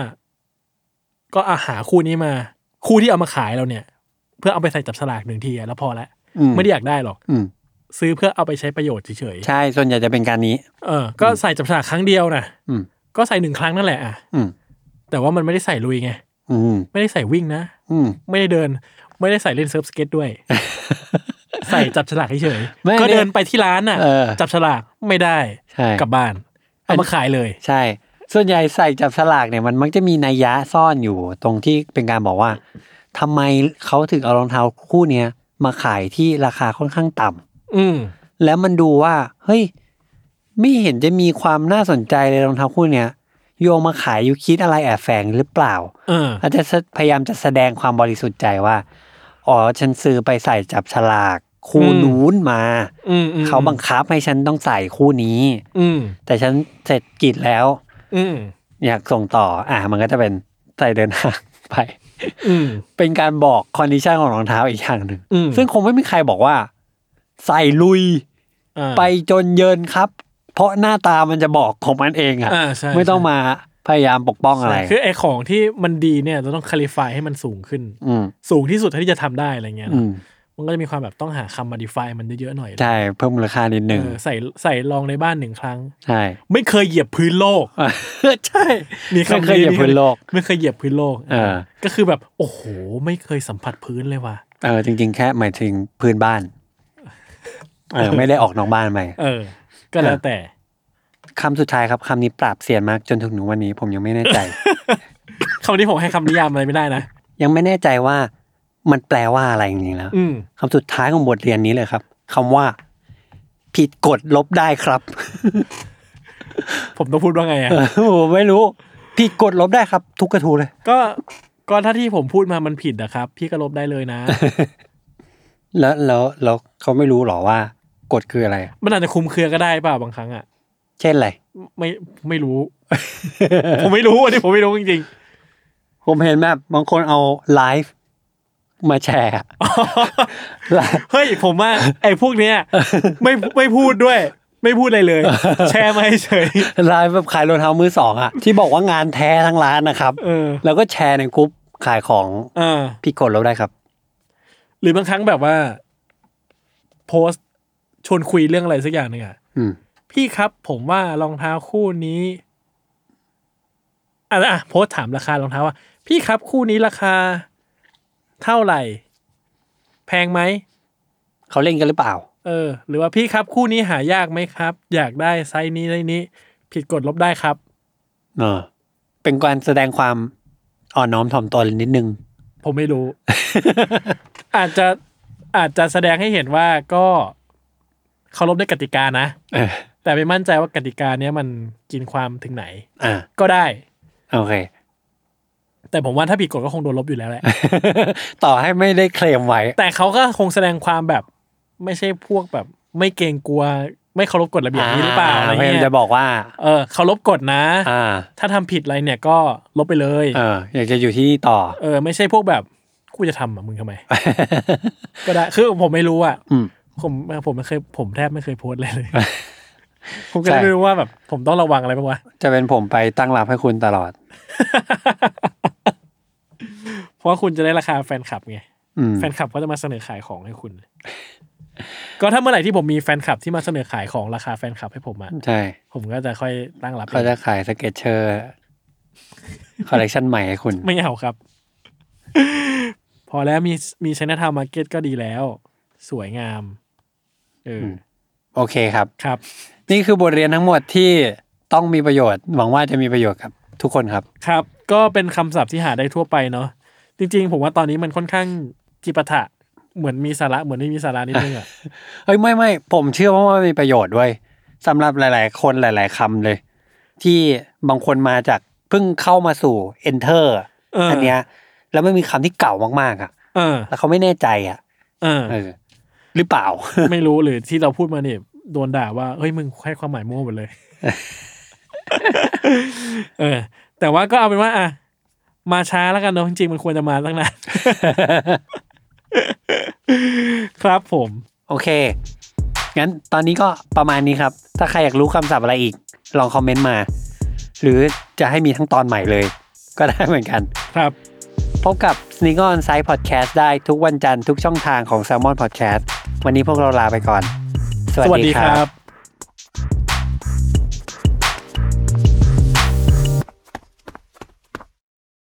ก็อาหาคู่นี้มา คู่ที่เอามาขายเราเนี่ย เพื่อเอาไปใส่จับฉลากหนึ่งทีอะแล้วพอละ อืม ไม่ได้อยากได้หรอก อืม ซื้อเพื่อเอาไปใช้ประโยชน์เฉยๆ ใช่ส่วนใหญ่จะเป็นการนี้ เออ ก็ใส่จับฉลากครั้งเดียวนะ อืม ก็ใส่หนึ่งครั้งนั่นแหละอ่ะ อืม แต่ว่ามันไม่ได้ใส่ลุยไง อืม ไม่ได้ใส่วิ่งนะ อืม ไม่ได้เดิน ไม่ได้ใส่เล่นเซิร์ฟสเก็ต ด้วย ใส่จับฉลากเฉย ไม่ ๆก็เดินไปที่ร้านน่ะ เออ จับฉลากไม่ได้ ใช่ กลับบ้าน เอามาขายเลย ใช่ ส่วนใหญ่ใส่จับฉลากเนี่ยมันมักจะมีนัยยะซ่อนอยู่ ตรงที่เป็นการบอกว่าทำไมเขาถึงเอารองเท้าคู่เนี้ยมาขายที่ราคาค่อนข้างต่ำ อืม แล้วมันดูว่า เฮ้ย ไม่เห็นจะมีความน่าสนใจเลยรองเท้าคู่เนี้ยโยงมาขายอยู่คิดอะไรแอบแฝงหรือเปล่า เออ อาจจะพยายามจะแสดงความบริสุทธิ์ใจว่า อ๋อ ฉันซื้อไปใส่จับฉลากคู่ อืม นู้นมา อืมอืม เขาบังคับให้ฉันต้องใส่คู่นี้ อืม แต่ฉันเสร็จกิจแล้ว อืม อยากส่งต่อ อ่ะมันก็จะเป็นใส่เดินทางไป อืม เป็นการบอกคอนดิชันของรองเท้าอีกอย่างหนึ่ง อืม ซึ่งคงไม่มีใครบอกว่า ใส่ลุย อ่า ไปจนเยินครับ เพราะหน้าตามันจะบอกของมันเองอะ อ่าใช่ ไม่ต้องมาพยายามปกป้องอะไร คือไอ้ของที่มันดีเนี่ยเราต้องคาลิฟายให้มันสูงขึ้น อืม สูงที่สุดเท่าที่จะทำได้อะไรเงี้ยนะ อืม มันก็จะมีความแบบต้องหาคำมาดิฟายมันเยอะๆหน่อย ใช่เพิ่มมูลค่านิดนึง เออใส่ใส่รองในบ้านหนึ่งครั้ง ใช่ ไม่เคยเหยียบพื้นโลก ใช่ มีคำ ไม่เคยเหยียบ นี้ พื้นโลก ไม่เคยเหยียบพื้นโลก เออ ก็คือแบบโอ้โห ไม่เคยสัมผัสพื้นเลยว่ะ เออจริง ๆ แค่หมายถึงพื้นบ้านเออไม่ได้ออกนอกบ้านไป เออ ก็แล้วแต่ คำสุดท้ายครับคำนี้ปราบเสียนมากจนถึงหนูวันนี้ ผมยังไม่แน่ใจ คำนี้ผมให้คำนิยามอะไรไม่ได้นะ ยังไม่แน่ใจว่ามันแปลว่าอะไรจริงๆแล้ว อืม คำสุดท้ายของบทเรียนนี้เลยครับคำว่า ผิดกฎลบได้ครับ ผมต้องพูดว่าไงอ่ะ ผมไม่รู้ ผิดกฎลบได้ครับ ทุกกระทูเลย ก็ก็ถ้าที่ผมพูดมามันผิดนะครับ พี่ก็ลบได้เลย นะ แล้วแล้วแล้วเขาไม่รู้หรอว่า กฎคืออะไร มันอาจจะคลุมเครือก็ได้เปล่าบางครั้งอ่ะ เช่นอะไร ไม่ไม่รู้ ผมไม่รู้อันนี้ผมไม่รู้จริง ผมเห็นแบบบางคนเอาไลฟ์มาแชร์ อะไลฟ์ ๆ เฮ้ยผมว่าไอ้พวกเนี้ยไม่ไม่พูดด้วย ไม่พูดอะไรเลย แชร์มาให้เฉย ไลฟ์แบบขายรองเท้ามือสองอะที่บอกว่างานแท้ทั้งร้านนะครับ เออ แล้วก็แชร์ในกลุ่มขายของ อ่า ผิดกฎลบได้ครับ หรือบางครั้งแบบว่า โพสต์ชวนคุยเรื่องอะไรสักอย่างหนึ่งอะ อืม พี่ครับผมว่ารองเท้าคู่นี้อ่ะอ่ะโพสต์ถามราคารองเท้าว่า พี่ครับคู่นี้ราคาเท่าไหร่ แพงไหม เขาเล่นกันหรือเปล่า เออ หรือว่าพี่ครับคู่นี้หายากไหมครับ อยากได้ไซส์นี้ไซส์นี้ ผิดกฎลบได้ครับ เออ เป็นการแสดงความอ่อนน้อมถ่อมตนนิดนึง ผมไม่ รู้ อาจจะอาจจะแสดงให้เห็นว่าก็เคารพในกติกานะ เออ แต่ไม่มั่นใจว่ากติกาเนี้ยมันกินความถึงไหน อ่า ก็ได้ โอเค แต่ผมว่าถ้าผิดกฎก็คงโดนลบอยู่แล้วแหละ ต่อให้ไม่ได้เคลมไว้ แต่เขาก็คงแสดงความแบบ ไม่ใช่พวกแบบ ไม่เกรงกลัว ไม่เคารพกฎระเบียบนี้หรือเปล่าอะไร พยา เงี้ ยาม ย จะบอกว่า เออเคารพกฎนะ อ่า ถ้าทำผิดอะไรเนี่ยก็ลบไปเลย เออ อยากจะอยู่ที่นี่ต่อ เออ ไม่ใช่พวกแบบกูจะทำอ่ะมึง ทำไม ก็ได้คือผมไม่รู้อ่ะ อืม ผมผมไม่เคยผมแทบไม่เคยโพสต์เลย เลย ผมก็เลย ใช่ ไม่รู้ว่าแบบ ผมต้องระวังอะไรบ้างวะ จะเป็นผมไปตั้งรับให้คุณตลอด เพราะว่าคุณจะได้ราคาแฟนคลับไง อืม แฟนคลับก็จะมาเสนอขายของให้คุณ ก็ถ้าเมื่อไหร่ที่ผมมีแฟนคลับที่มาเสนอขายของราคาแฟนคลับให้ผมอะ ใช่ ผมก็จะค่อยตั้งรับเอง เขาจะขายสเก็ตเชอร์คอลเลกชันใหม่ให้คุณ ไม่เอาครับ พอแล้วมีมีชนะทามาร์เก็ตก็ดีแล้ว สวยงาม เอออ ม โอเคครับ ครับ นี่คือบทเรียนทั้งหมดที่ต้องมีประโยชน์ หวังว่าจะมีประโยชน์กับ ทุกคนครับ ครับ ก็เป็นคำศัพท์ที่หาได้ทั่วไปเนาะจริง ๆ ผมว่าตอนนี้มันค่อนข้างจิปาถะเหมือนมีสาระเหมือนไม่มีสาระนิดนึงอะ เอ้ยไม่ไม่ผมเชื่อว่ามันมีประโยชน์ด้วยสำหรับหลาย ๆ คนหลาย ๆคำเลย ที่บางคนมาจากเพิ่งเข้ามาสู่ enter เออ อันเนี้ยแล้วไม่มีคำที่เก่ามากๆอ่ะ เออ แล้วเขาไม่แน่ใจอ่ะ เอ อ เออหรือเปล่า ไม่รู้หรือที่เราพูดมาเนี่ยโดนด่าว่าเฮ้ยมึงให้ความหมายมั่วหมดเลย เออ แต่ว่าก็เอาเป็นว่าอ่ะมาช้าแล้วกันเนาะจริงๆมันควรจะมาตั้งน าน ครับผม โอเค งั้นตอนนี้ก็ประมาณนี้ครับ ถ้าใครอยากรู้คำศัพท์อะไรอีก ลองคอมเมนต์มา หรือจะให้มีทั้งตอนใหม่เลย ก็ได้เหมือนกัน ครับ พบกับ s n e a k On Side Podcast ได้ทุกวันจันทร์ทุกช่องทางของ Salmon Podcast วันนี้พวกเราลาไปก่อน สวัสดีครับ